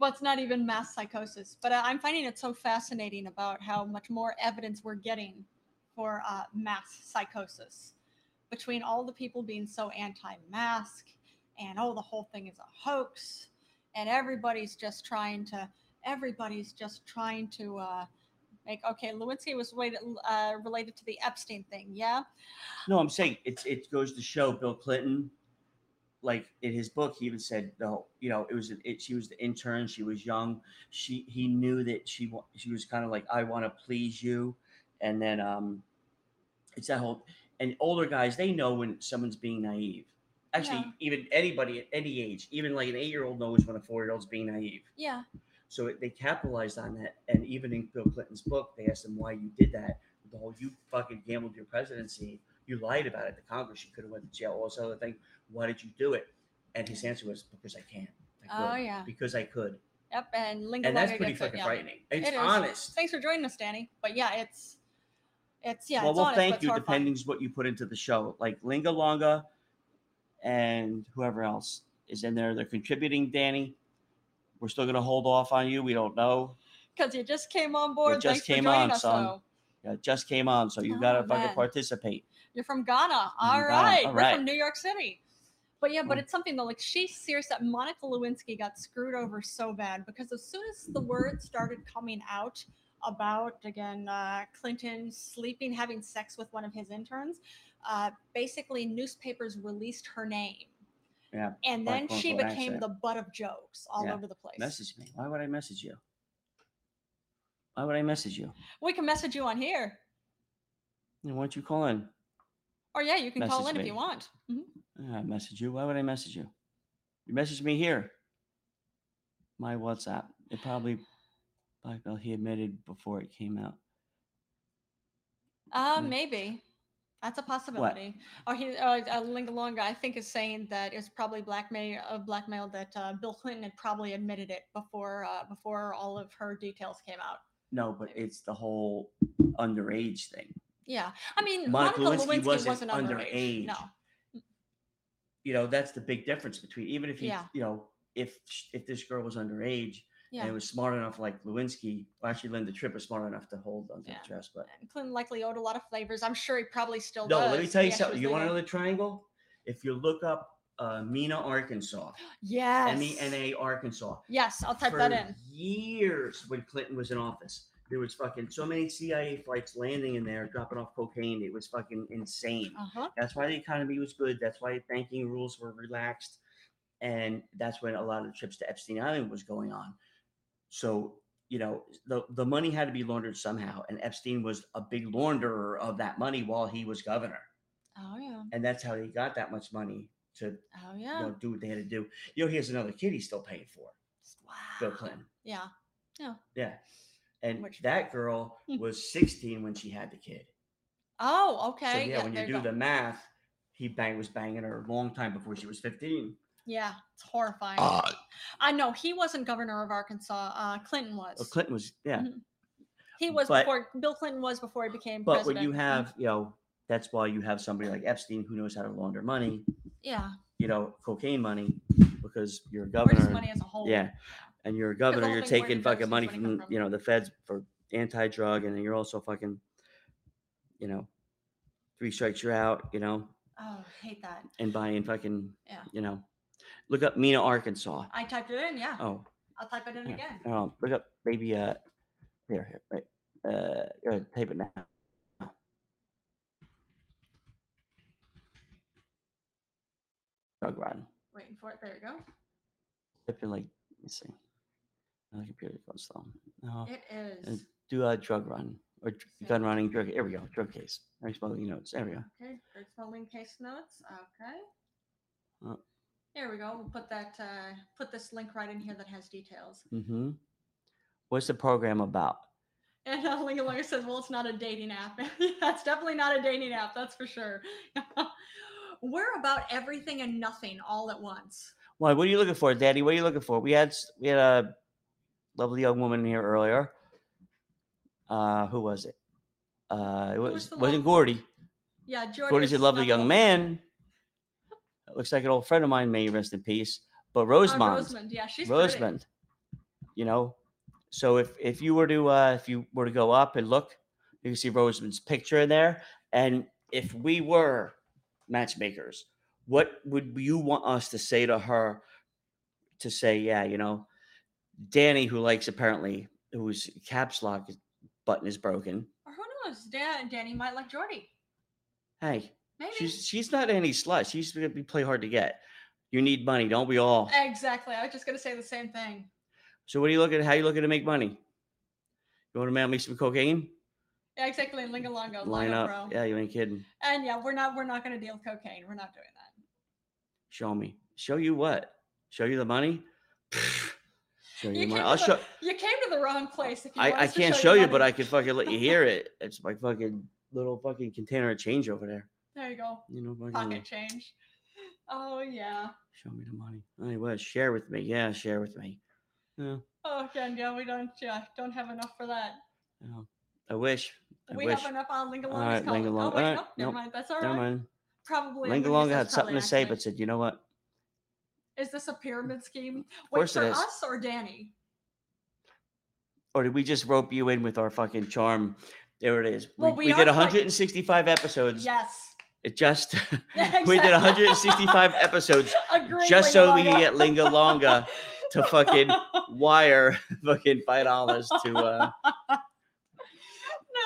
A: Well, it's not even mass psychosis, but I- I'm finding it so fascinating about how much more evidence we're getting for uh, mass psychosis between all the people being so anti mask and oh, the whole thing is a hoax and everybody's just trying to, everybody's just trying to. Uh, Make, okay, Lewinsky was related, uh, related to the Epstein thing, yeah.
B: No, I'm saying it's it goes to show Bill Clinton, like in his book, he even said no, you know, it was an, it, she was the intern, she was young, she he knew that she wa- she was kind of like I want to please you, and then um, it's that whole and older guys they know when someone's being naive. Actually,
A: Yeah.
B: even anybody at any age, even like an eight year old knows when a four year old's being naive.
A: Yeah,
B: So it, they capitalized on that. And even in Bill Clinton's book, they asked him why you did that. The whole you fucking gambled your presidency. You lied about it to Congress. You could have went to jail. All this other thing. Why did you do it? And his answer was because I can. I
A: Oh
B: could.
A: yeah.
B: Because I could.
A: Yep. And Lingo.
B: And that's pretty fucking frightening. It's
A: It is.
B: honest.
A: Thanks for joining us, Danny. But yeah, it's it's yeah.
B: well,
A: it's
B: we'll
A: honest, but
B: thank
A: it's
B: you.
A: horrifying.
B: Depending what you put into the show, like Linga Longa, and whoever else is in there, they're contributing. Danny, we're still gonna hold off on you. We don't know.
A: Because you just came on board. Thanks
B: just came
A: for joining
B: on,
A: us,
B: son.
A: though.
B: Yeah, just came on, so you
A: Oh,
B: gotta fucking
A: man.
B: participate.
A: You're from Ghana. All
B: Ghana,
A: right.
B: all
A: We're
B: right.
A: from New York City. But yeah, but
B: Mm.
A: it's something though. Like she's serious that Monica Lewinsky got screwed over so bad because as soon as the word started coming out about again uh, Clinton sleeping, having sex with one of his interns, uh, basically newspapers released her name.
B: Yeah,
A: And
B: by
A: then she
B: quote-unquote
A: became
B: accident.
A: the butt of jokes all
B: Yeah,
A: over the place.
B: Message me. Why would I message you? Why would I message you?
A: We can message you on here,
B: And why don't you call in?
A: or yeah, you can call in
B: Message
A: if you
B: me.
A: want. Mhm.
B: Ah, I message you. Why would I message you? You message me here. My WhatsApp. It probably Blackwell he admitted before it came out.
A: Uh,
B: Mm.
A: maybe. That's a possibility. Or he, uh, uh, Lingalonga, I think, is saying that it's probably blackmail, uh, blackmail that uh, Bill Clinton had probably admitted it before, uh, before all of her details came out.
B: No, but it's the whole underage thing.
A: Yeah, I mean,
B: Monica
A: Monica,
B: Lewinsky
A: Lewinsky, wasn't,
B: wasn't
A: underage.
B: underage.
A: No,
B: You know, that's the big difference between even if he,
A: Yeah.
B: you know, if sh- if this girl was underage
A: yeah,
B: and was smart enough like Lewinsky, well, actually Linda Tripp was smart enough to hold onto
A: Yeah.
B: the dress, but
A: And Clinton likely owed a lot of flavors. I'm sure he probably still
B: No,
A: does.
B: let me tell you
A: Yeah, she
B: something.
A: was
B: You want to know
A: leaving.
B: the triangle? If you look up uh, Mena, Arkansas,
A: Yes.
B: M E N A, Arkansas.
A: Yes, I'll type that in.
B: Years when Clinton was in office, there was fucking so many CIA flights landing in there, dropping off cocaine. It was fucking insane.
A: Uh huh.
B: That's why the economy was good. That's why banking rules were relaxed, and that's when a lot of the trips to Epstein Island was going on. So you know the the money had to be laundered somehow, and Epstein was a big launderer of that money while he was governor
A: Oh yeah.
B: and that's how he got that much money to you
A: Oh yeah.
B: know, do what they had to do. You know, here's another kid he's still paying for,
A: Wow.
B: Bill Clinton.
A: Yeah.
B: Yeah, and
A: Which-
B: that girl
A: Hmm.
B: was 16 when she had the kid.
A: Oh, okay.
B: so yeah, when
A: there
B: you do
A: go.
B: the math, he bang was banging her a long time before she was 15.
A: Yeah, it's horrifying.
B: Ah.
A: I know he wasn't governor of Arkansas. Uh, Clinton was.
B: Well, Clinton was yeah,
A: Mhm. he was
B: Oh, but-
A: before Bill Clinton was before he became
B: but
A: president.
B: when you
A: Mhm.
B: have you know that's why you have somebody like Epstein who knows how to launder money,
A: Mm, yeah,
B: you know, cocaine money, because you're a
A: or
B: governor.
A: just
B: and-
A: money as a whole.
B: Yeah. And you're a governor,
A: whole
B: you're
A: thing, where
B: taking
A: did
B: fucking
A: Epstein's
B: money
A: money come
B: from, you know, the feds for anti-drug and then you're also fucking, you know, three strikes you're out, you know,
A: Oh, I hate that.
B: and buying fucking,
A: Yeah.
B: you know, look up Mena, Arkansas.
A: I typed it in. Yeah,
B: Oh,
A: I'll type it in
B: yeah.
A: again.
B: oh, look up maybe, uh, here, here, wait, uh, uh, tape it now. Drug run.
A: Waiting for it. There you go.
B: type in like let me see. My computer goes slow. No.
A: It
B: uh,
A: is.
B: Do a drug run or dr- gun running drug. Here we go. Drug case. Eric Spalding notes. There we go.
A: Okay, there's folding case notes. Okay.
B: Oh.
A: There we go. We'll put that, uh, put this link right in here that has details.
B: Mm-hmm. What's the program about?
A: And uh, Linga Lawyer says, well, it's not a dating app. [laughs] that's definitely not a dating app. That's for sure. [laughs] We're about everything and nothing all at once.
B: Why? What are you looking for, Daddy? What are you looking for? We had s- we had a lovely young woman here earlier. Uh, who was it? Uh, it
A: was
B: was,
A: the
B: wasn't
A: lovely-
B: Gordy.
A: Yeah, Jordan.
B: Gordy's a
A: is
B: lovely
A: not
B: young man. Looks like an old friend of mine. May he rest in peace. But Rosemond,
A: Uh, Rosemond. Yeah, she's pretty.
B: Rosemond, you know. So if if you were to uh, if you were to go up and look, you can see Rosemond's picture in there. And if we were matchmakers, what would you want us to say to her? To say, yeah, you know, Danny, who likes apparently whose caps lock button is broken.
A: Or who knows? Dan, Danny might like Jordy.
B: Hey,
A: Maybe.
B: She's she's not any slut. She's gonna be play hard to get. You need money, don't we all?
A: Uh, exactly. I was just going to say the same thing.
B: So what are you looking? How you looking to make money? You want to mail me some cocaine?
A: Yeah, exactly. Lingalongo.
B: Line up.
A: bro.
B: Yeah, you ain't kidding.
A: And yeah, we're not we're not going to deal with cocaine. We're not doing that.
B: Show me. Show you what? Show you the money? [sighs] show you,
A: You
B: the money.
A: came, to
B: I'll
A: [laughs]
B: show.
A: the, you came to the wrong place. If you
B: I,
A: want
B: I
A: us to
B: can't show you, but I
A: money.
B: can fucking let you
A: [laughs]
B: hear it. It's my fucking little fucking container of change over there.
A: There you go.
B: You know, fucking
A: Pocket change. Oh yeah.
B: show me the money. I was share with me. Yeah, share with me. No,
A: Oh again, yeah, we don't yeah, don't have enough for that.
B: no. I wish. I
A: we
B: wish.
A: have enough on Lingalongo's
B: right,
A: column.
B: Lingalong-
A: Oh wait,
B: all right,
A: nope, never
B: nope,
A: mind. That's all right.
B: Never mind.
A: Probably
B: Lingalonga had
A: Lingalonga
B: something to say, but said, "You know what?
A: is this a pyramid scheme? Wait
B: course
A: for
B: it is.
A: us or Danny?
B: Or did we just rope you in with our fucking charm?" There it is.
A: Well,
B: we,
A: we
B: we did
A: are quite-
B: 165 episodes.
A: Yes.
B: It just [laughs] we
A: Exactly. [laughs]
B: did 165 episodes
A: Agree,
B: just so we could
A: Lingalonga.
B: get Lingalonga to
A: [laughs]
B: fucking wire [laughs] fucking five dollars to.
A: [laughs]
B: Uh,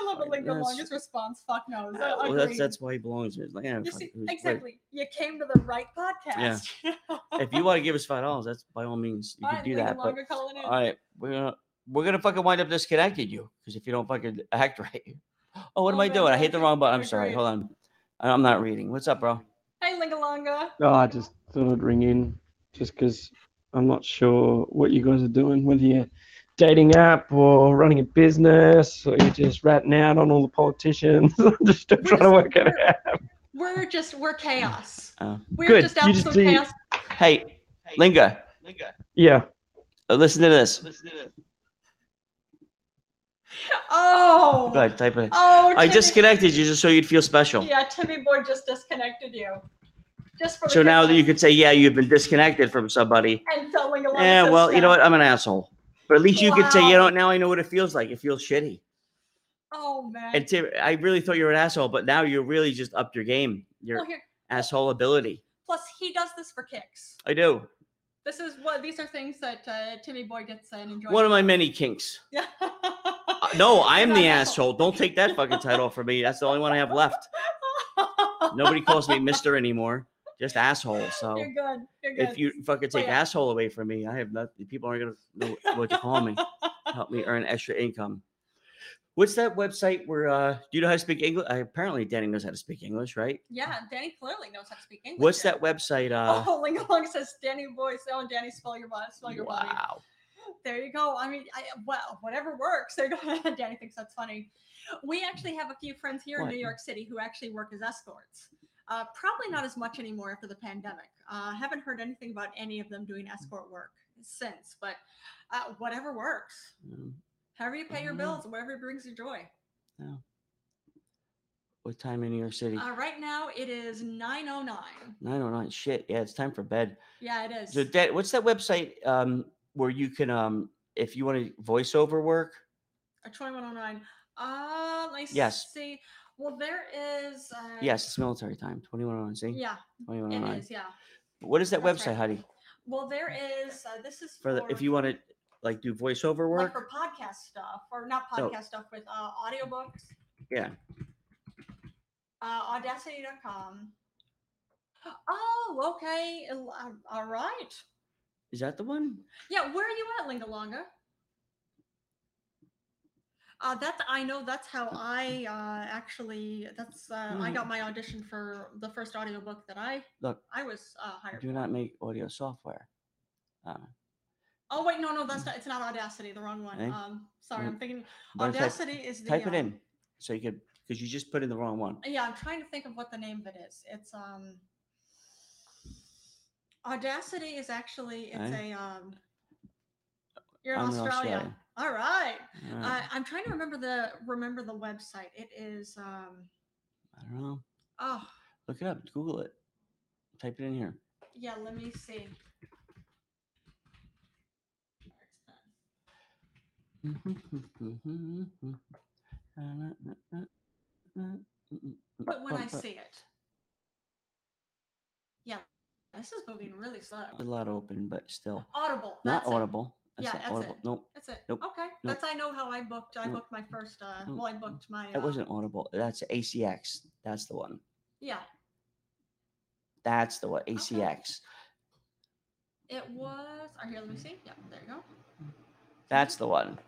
A: I love
B: Like,
A: Lingo
B: that's-
A: Longest response. Fuck no.
B: uh, well,
A: Agreed.
B: that's that's why he belongs to. us. Like, yeah,
A: you
B: fuck,
A: see,
B: who's- wait,
A: exactly. [laughs] You came to the right podcast. [laughs]
B: if you want to give us five dollars, that's by all means you
A: All
B: can
A: right,
B: do
A: Lingo
B: that. But
A: Longa calling in.
B: all right, we're gonna we're gonna fucking wind up disconnecting you because if you don't fucking act [laughs] right. Oh,
A: Oh,
B: what am I
A: man,
B: doing? I
A: that
B: hit the
A: was
B: wrong button. I'm sorry.
A: great.
B: Hold on. I- I'm not reading. What's up, bro?
A: Hey, Lingalonga.
C: No, Oh, I just thought I'd ring in just because I'm not sure what you guys are doing, whether you're dating app or running a business or you're just ratting out on all the politicians. [laughs] I'm just still trying to work it out.
A: We're just, we're chaos.
B: Oh.
A: We're
C: Good,
A: just
C: you
A: absolute
C: just see-
A: chaos.
B: Hey, Linga,
C: Yeah.
B: uh, listen to this.
A: Oh.
B: Go ahead, type it.
A: Oh,
B: I
A: Timmy-
B: disconnected you just so you'd feel special.
A: Yeah, Timmy Boy just disconnected you. Just for the
B: So now that you
A: can.
B: could say, yeah, you've been disconnected from somebody.
A: And so Lingalonga.
B: Yeah,
A: says
B: well, you know
A: no.
B: what? I'm an asshole. But at least you could say, you
A: Wow.
B: know, now I know what it feels like. It feels shitty.
A: Oh, man.
B: And Tim, I really thought you were an asshole, but now you're really just upped your game, your
A: Well, here-
B: asshole ability.
A: Plus, he does this for kicks.
B: I do.
A: This is what these are things that uh, Timmy Boy gets and enjoys.
B: One of my many kinks.
A: Yeah.
B: Uh, No, I'm
A: You're
B: the
A: [laughs] not
B: asshole. Don't take that fucking title from me. That's the only one I have left. Nobody calls me Mister anymore. Just asshole. So
A: You're good. You're good.
B: if you fucking take
A: yeah.
B: asshole away from me, I have nothing. People aren't gonna know what to call me. Help me
A: [laughs]
B: earn extra income. What's that website where? uh Do you know how to speak English? I, apparently, Danny knows how to speak English, right?
A: yeah, Danny clearly knows how to speak English.
B: What's
A: now.
B: that
A: [laughs]
B: website? uh
A: oh, Lingalong says Danny Boy. Oh, Danny, spell your body. Spell your body.
B: Wow.
A: There you go. I mean, I, well, whatever works. There you go. [laughs] Danny thinks that's funny. We actually have a few friends here
B: What?
A: in New York City who actually work as escorts. Uh, probably not as much anymore after the pandemic. Uh, haven't heard anything about any of them doing escort work since, but uh, whatever works.
B: Mm,
A: However you pay your
B: Mhm.
A: bills, whatever brings you joy.
B: What time in New York City?
A: Uh, right now it is 9.09.
B: Nine oh nine. Shit. Yeah, it's time for bed.
A: Yeah, it is.
B: So, that, what's that website um, where you can, um, if you want to voiceover work?
A: Or 21.09. Uh, let me
B: Yes.
A: see. Well, there is. Uh,
B: Yes, it's military time. Twenty one on see.
A: Yeah,
B: Twenty one
A: it
B: on
A: is.
B: nine.
A: Yeah.
B: What is that
A: That's
B: website,
A: right.
B: Heidi?
A: Well, there is. Uh, this is
B: For the, if you want to like do voiceover
A: like
B: work,
A: for podcast stuff or not
B: No.
A: podcast stuff with uh, audiobooks.
B: Yeah.
A: Uh, audacity.com. Oh, okay. al- uh, All um, right.
B: Is that the one?
A: Yeah, where are you at, Lingalonga? Uh, that's I know that's how I uh, actually that's uh, I got my audition for the first audiobook that I
B: Hmm. Look.
A: I was uh, hired.
B: Do
A: for.
B: not make audio software. Uh,
A: Oh wait, no, no, that's
B: Hmm.
A: not. It's not Audacity. The wrong one.
B: Eh?
A: Um, sorry,
B: Mm.
A: I'm thinking
B: wanna type-
A: Audacity is the.
B: type it
A: uh,
B: in so you could because you just put in the wrong one.
A: Yeah, I'm trying to think of what the name of it is. It's um. Audacity is actually it's
B: Eh?
A: a um. You're in
B: I'm in
A: Australia.
B: Australia. Oh.
A: All right.
B: All
A: Uh,
B: right,
A: I'm trying to remember the remember the website. It is um.
B: I don't know.
A: Oh
B: Look it up. Google it. Type it in here.
A: yeah, let me see. But
B: [laughs]
A: when I see it. Yeah, this is moving really slow.
B: a lot open, but still
A: Audible.
B: not
A: that's it.
B: audible. That's
A: Yeah,
B: not
A: that's
B: audible.
A: it.
B: Nope,
A: That's it.
B: Nope.
A: Okay. That's I know how I booked. I
B: Nope.
A: booked my first. Uh,
B: Nope.
A: well, I booked my.
B: that
A: uh,
B: wasn't audible. That's ACX. That's the one.
A: Yeah,
B: That's the one. ACX.
A: it was. Or here, let me see. Yeah, there you go.
B: That's the one.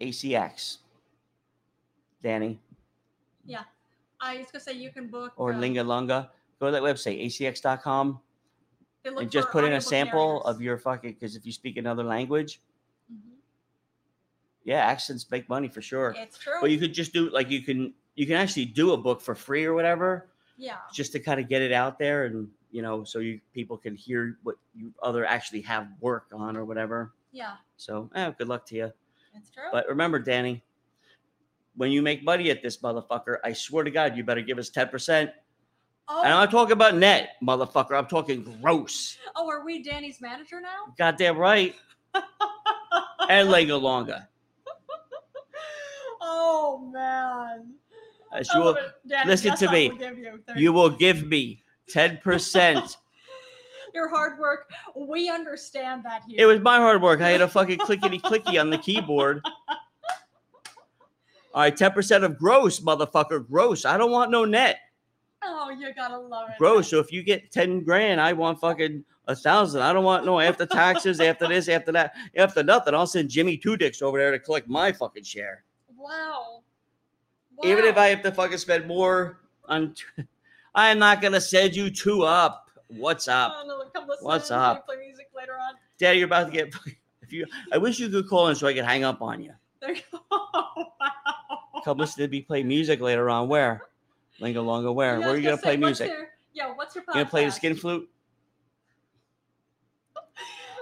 B: ACX. Danny
A: I was gonna say you can book
B: or
A: uh,
B: Lingalunga. Go to that website, acx.com,
A: they look
B: and just
A: for
B: put in a
A: audiobook
B: sample
A: narrators.
B: of your fucking. Because if you speak another language,
A: Mhm.
B: yeah, accents make money for sure.
A: It's true.
B: But you could just do like you can you can actually do a book for free or whatever.
A: yeah.
B: just to kind of get it out there and you know so you people can hear what you other actually have work on or whatever
A: Yeah.
B: so eh, good luck to you
A: It's true.
B: but remember danny when you make money at this motherfucker i swear to god you better give us 10%
A: oh,
B: and i'm talking about net motherfucker i'm talking gross
A: oh, are we Danny's manager now? [gasps]
B: goddamn right and lego longa
D: Oh man.
B: as
D: I
A: Oh,
B: you
D: love
B: will,
D: it. Daddy,
B: listen
D: yes,
B: to
D: I
B: me.
D: will give you thirty
B: you will give me 10%
A: Your hard work. We understand that here.
B: it was my hard work i had a fucking clickety clicky on the keyboard All right, ten percent of gross, motherfucker, gross. I don't want no net,
A: Oh, you gotta love it.
B: gross. So if you get ten grand, I want fucking a thousand. I don't want no after taxes, after this, after that, after nothing. I'll send Jimmy Two Dicks over there to collect my fucking share,
A: Wow.
B: even if
A: Wow.
B: I have to fucking spend more on. T- [laughs] I am not gonna send you two up. What's up,
A: Oh, no, come listen
B: What's
A: to me
B: up?
A: Play music later on. [laughs]
B: Daddy? You're about to get. [laughs] If you, I wish you could call in so I could hang up on you.
A: There you go. [laughs] wow.
B: Come listen to me play music later on. Where? Lingo Longa,
A: Yeah, I
B: where? Where are
A: was
B: you gonna
A: say,
B: play
A: what's
B: music?
A: Your, yeah, what's your podcast?
B: You gonna play the skin flute?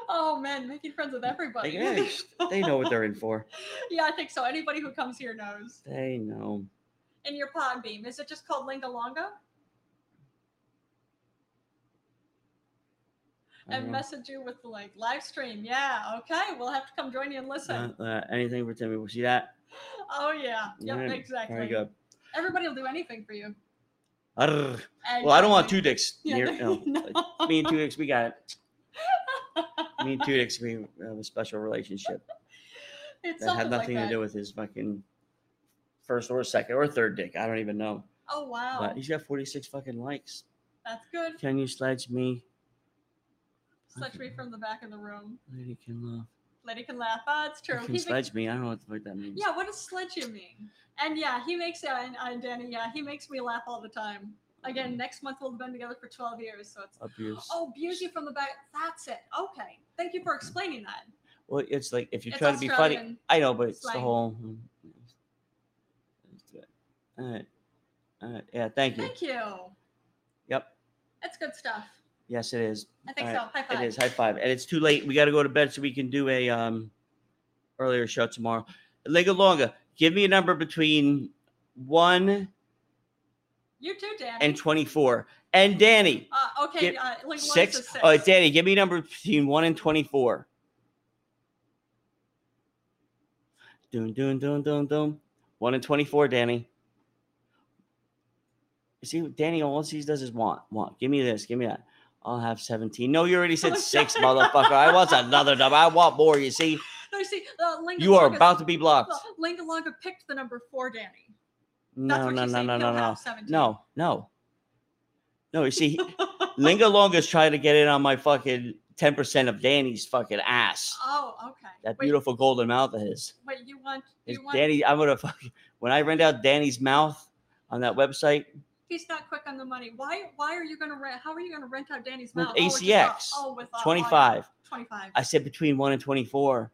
A: Oh man, making friends with everybody.
B: Like,
A: [laughs]
B: hey, they know what they're in for.
A: yeah, I think so. Anybody who comes here knows.
B: They know.
A: [laughs] And your pod beam, is it just called Lingalonga?
B: I
A: And
B: don't know.
A: message you with the link. Live stream. Yeah. Okay. We'll have to come join you and listen.
B: Uh, uh, anything for Timmy? We'll see that. Uh-huh.
A: Oh yeah. Yep,
B: Alright,
A: exactly.
B: Very good.
A: Everybody will do anything for you.
B: Arr. Well, I don't want two
A: Exactly.
B: dicks.
A: Yeah, [laughs]
B: near,
A: there
B: no.
A: you know.
B: Me and two dicks, we
A: [laughs]
B: got it. Me and two dicks, we have a special relationship
A: It's
B: that had
A: something
B: nothing
A: like that.
B: to do with his fucking first or second or third dick. I don't even know.
A: Oh wow.
B: But he's got 46 fucking likes.
A: That's good.
B: Can you sledge me?
A: Such me from the back of the room.
B: Lady can love.
A: Lady can laugh. Ah, it's true.
B: You
A: He
B: Can
A: ma-
B: sledge me? I don't know what the fuck that means.
A: yeah, what does sledge mean? And yeah, he makes yeah, and, and Danny, yeah, he makes me laugh all the time. Again, next month we'll have been together for 12 years, so it's
B: Abuse.
A: oh, beauty from the back. That's it. Okay, thank you for explaining that.
B: Well, it's like if you
A: it's
B: try to be funny,
A: Australian.
B: I know, but it's the
A: slang.
B: whole. um, All right. All right. Yeah. Thank you.
A: Thank you.
B: Yep.
A: That's good stuff.
B: Yes, it is.
A: I think
B: All
A: so. High five.
B: It is. High five. And it's too late. We got to go to bed so we can do a um earlier show tomorrow. Lega Longa, give me a number between one
A: You too, Danny.
B: and twenty-four. And Danny,
A: uh, okay,
B: Get
A: uh, Lincoln Logs
B: six.
A: is six.
B: Oh, Danny, give me a number between one and twenty-four. Doom, doom, doom, doom, doom. One and twenty-four, Danny. You see, Danny, all he does is want, want. Give me this, give me that. I'll have seventeen. No, you already said
A: Oh,
B: six,
A: shut up.
B: motherfucker. I want another number. I want more.
A: [laughs]
B: You see,
A: No, you see, uh, Lincoln
B: you are
A: Logs-
B: about to be blocked.
A: Well, Lingalonga picked the number four, Danny. That's
B: No,
A: what
B: no,
A: she's
B: no,
A: saying.
B: no,
A: He'll
B: no, no,
A: have 17. [laughs]
B: no, no. No, you see, Lingalonga's trying to get in on my fucking ten percent of Danny's fucking ass.
A: Oh, okay.
B: That
A: Wait,
B: beautiful golden mouth of his.
A: Wait, you want
B: Is
A: you want
B: Danny, I'm gonna fucking when I rent out Danny's mouth on that website,
A: he's not quick on the money. Why why are you gonna rent how are you gonna rent out Danny's
B: With
A: mouth? Oh, it's just
B: ACX,
A: a- oh, with uh,
B: 25.
A: Twenty five.
B: I said between one and
A: [laughs]
B: twenty-four.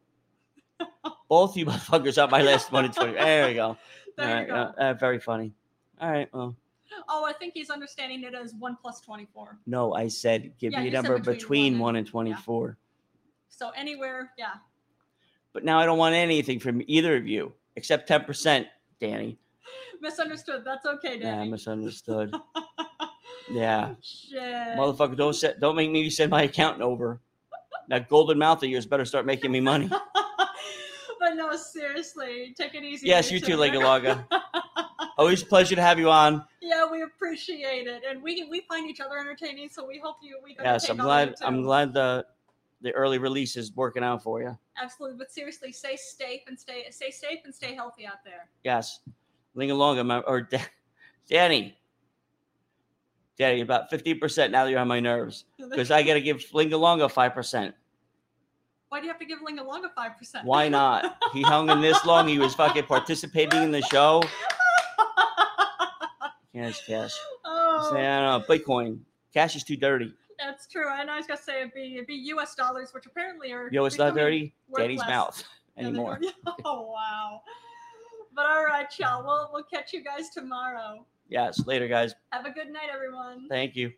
B: Both you motherfuckers are my last one and twenty. There you go.
A: [laughs] There
B: All
A: you
B: right,
A: go.
B: uh, uh, very funny. All right. Well,
A: Oh, I think he's understanding it as one plus twenty four.
B: no, I said give
A: Yeah,
B: me a
A: you said
B: number
A: between
B: between,
A: one
B: one
A: and-
B: and twenty-four.
A: So anywhere, yeah.
B: But now I don't want anything from either of you except ten percent, Danny.
A: Misunderstood. That's okay,
B: Yeah, I
A: Danny. [laughs]
B: misunderstood. yeah,
A: Shit.
B: motherfucker, don't set, don't make me send my accountant over. That golden mouth of yours better start making
A: [laughs]
B: me money.
A: but no, seriously, take it easy.
B: Yes, you too, Lady Laga. Always a pleasure to have you on.
A: yeah, we appreciate it, and we we find each other entertaining. So we hope you. We
B: Yes, I'm
A: entertained all of
B: glad.
A: you,
B: I'm
A: too.
B: glad the the early release is working out for you.
A: Absolutely, but seriously, stay safe and stay stay safe and stay healthy out there.
B: Yes, Lingalonga my- or Da- Danny. Danny, about fifteen percent now that you're on my nerves because I got to give Lingalonga five percent.
A: Why do you have to give Lingalonga five percent?
B: Why not? He hung in this long. He was fucking participating in the show. Yes, cash.
A: [laughs] oh,
B: Say, I don't know. Bitcoin. Cash is too dirty.
A: that's true. And I was gonna say it'd be it'd be U.S. dollars, which apparently are
B: Yo, it's not
A: becoming-
B: dirty. Danny's
A: worthless.
B: mouth
A: Yeah, they
B: anymore.
A: don't- [laughs] Oh wow! But all right, y'all. We'll we'll catch you guys tomorrow.
B: Yes. Later, guys.
A: Have a good night, everyone.
B: Thank you.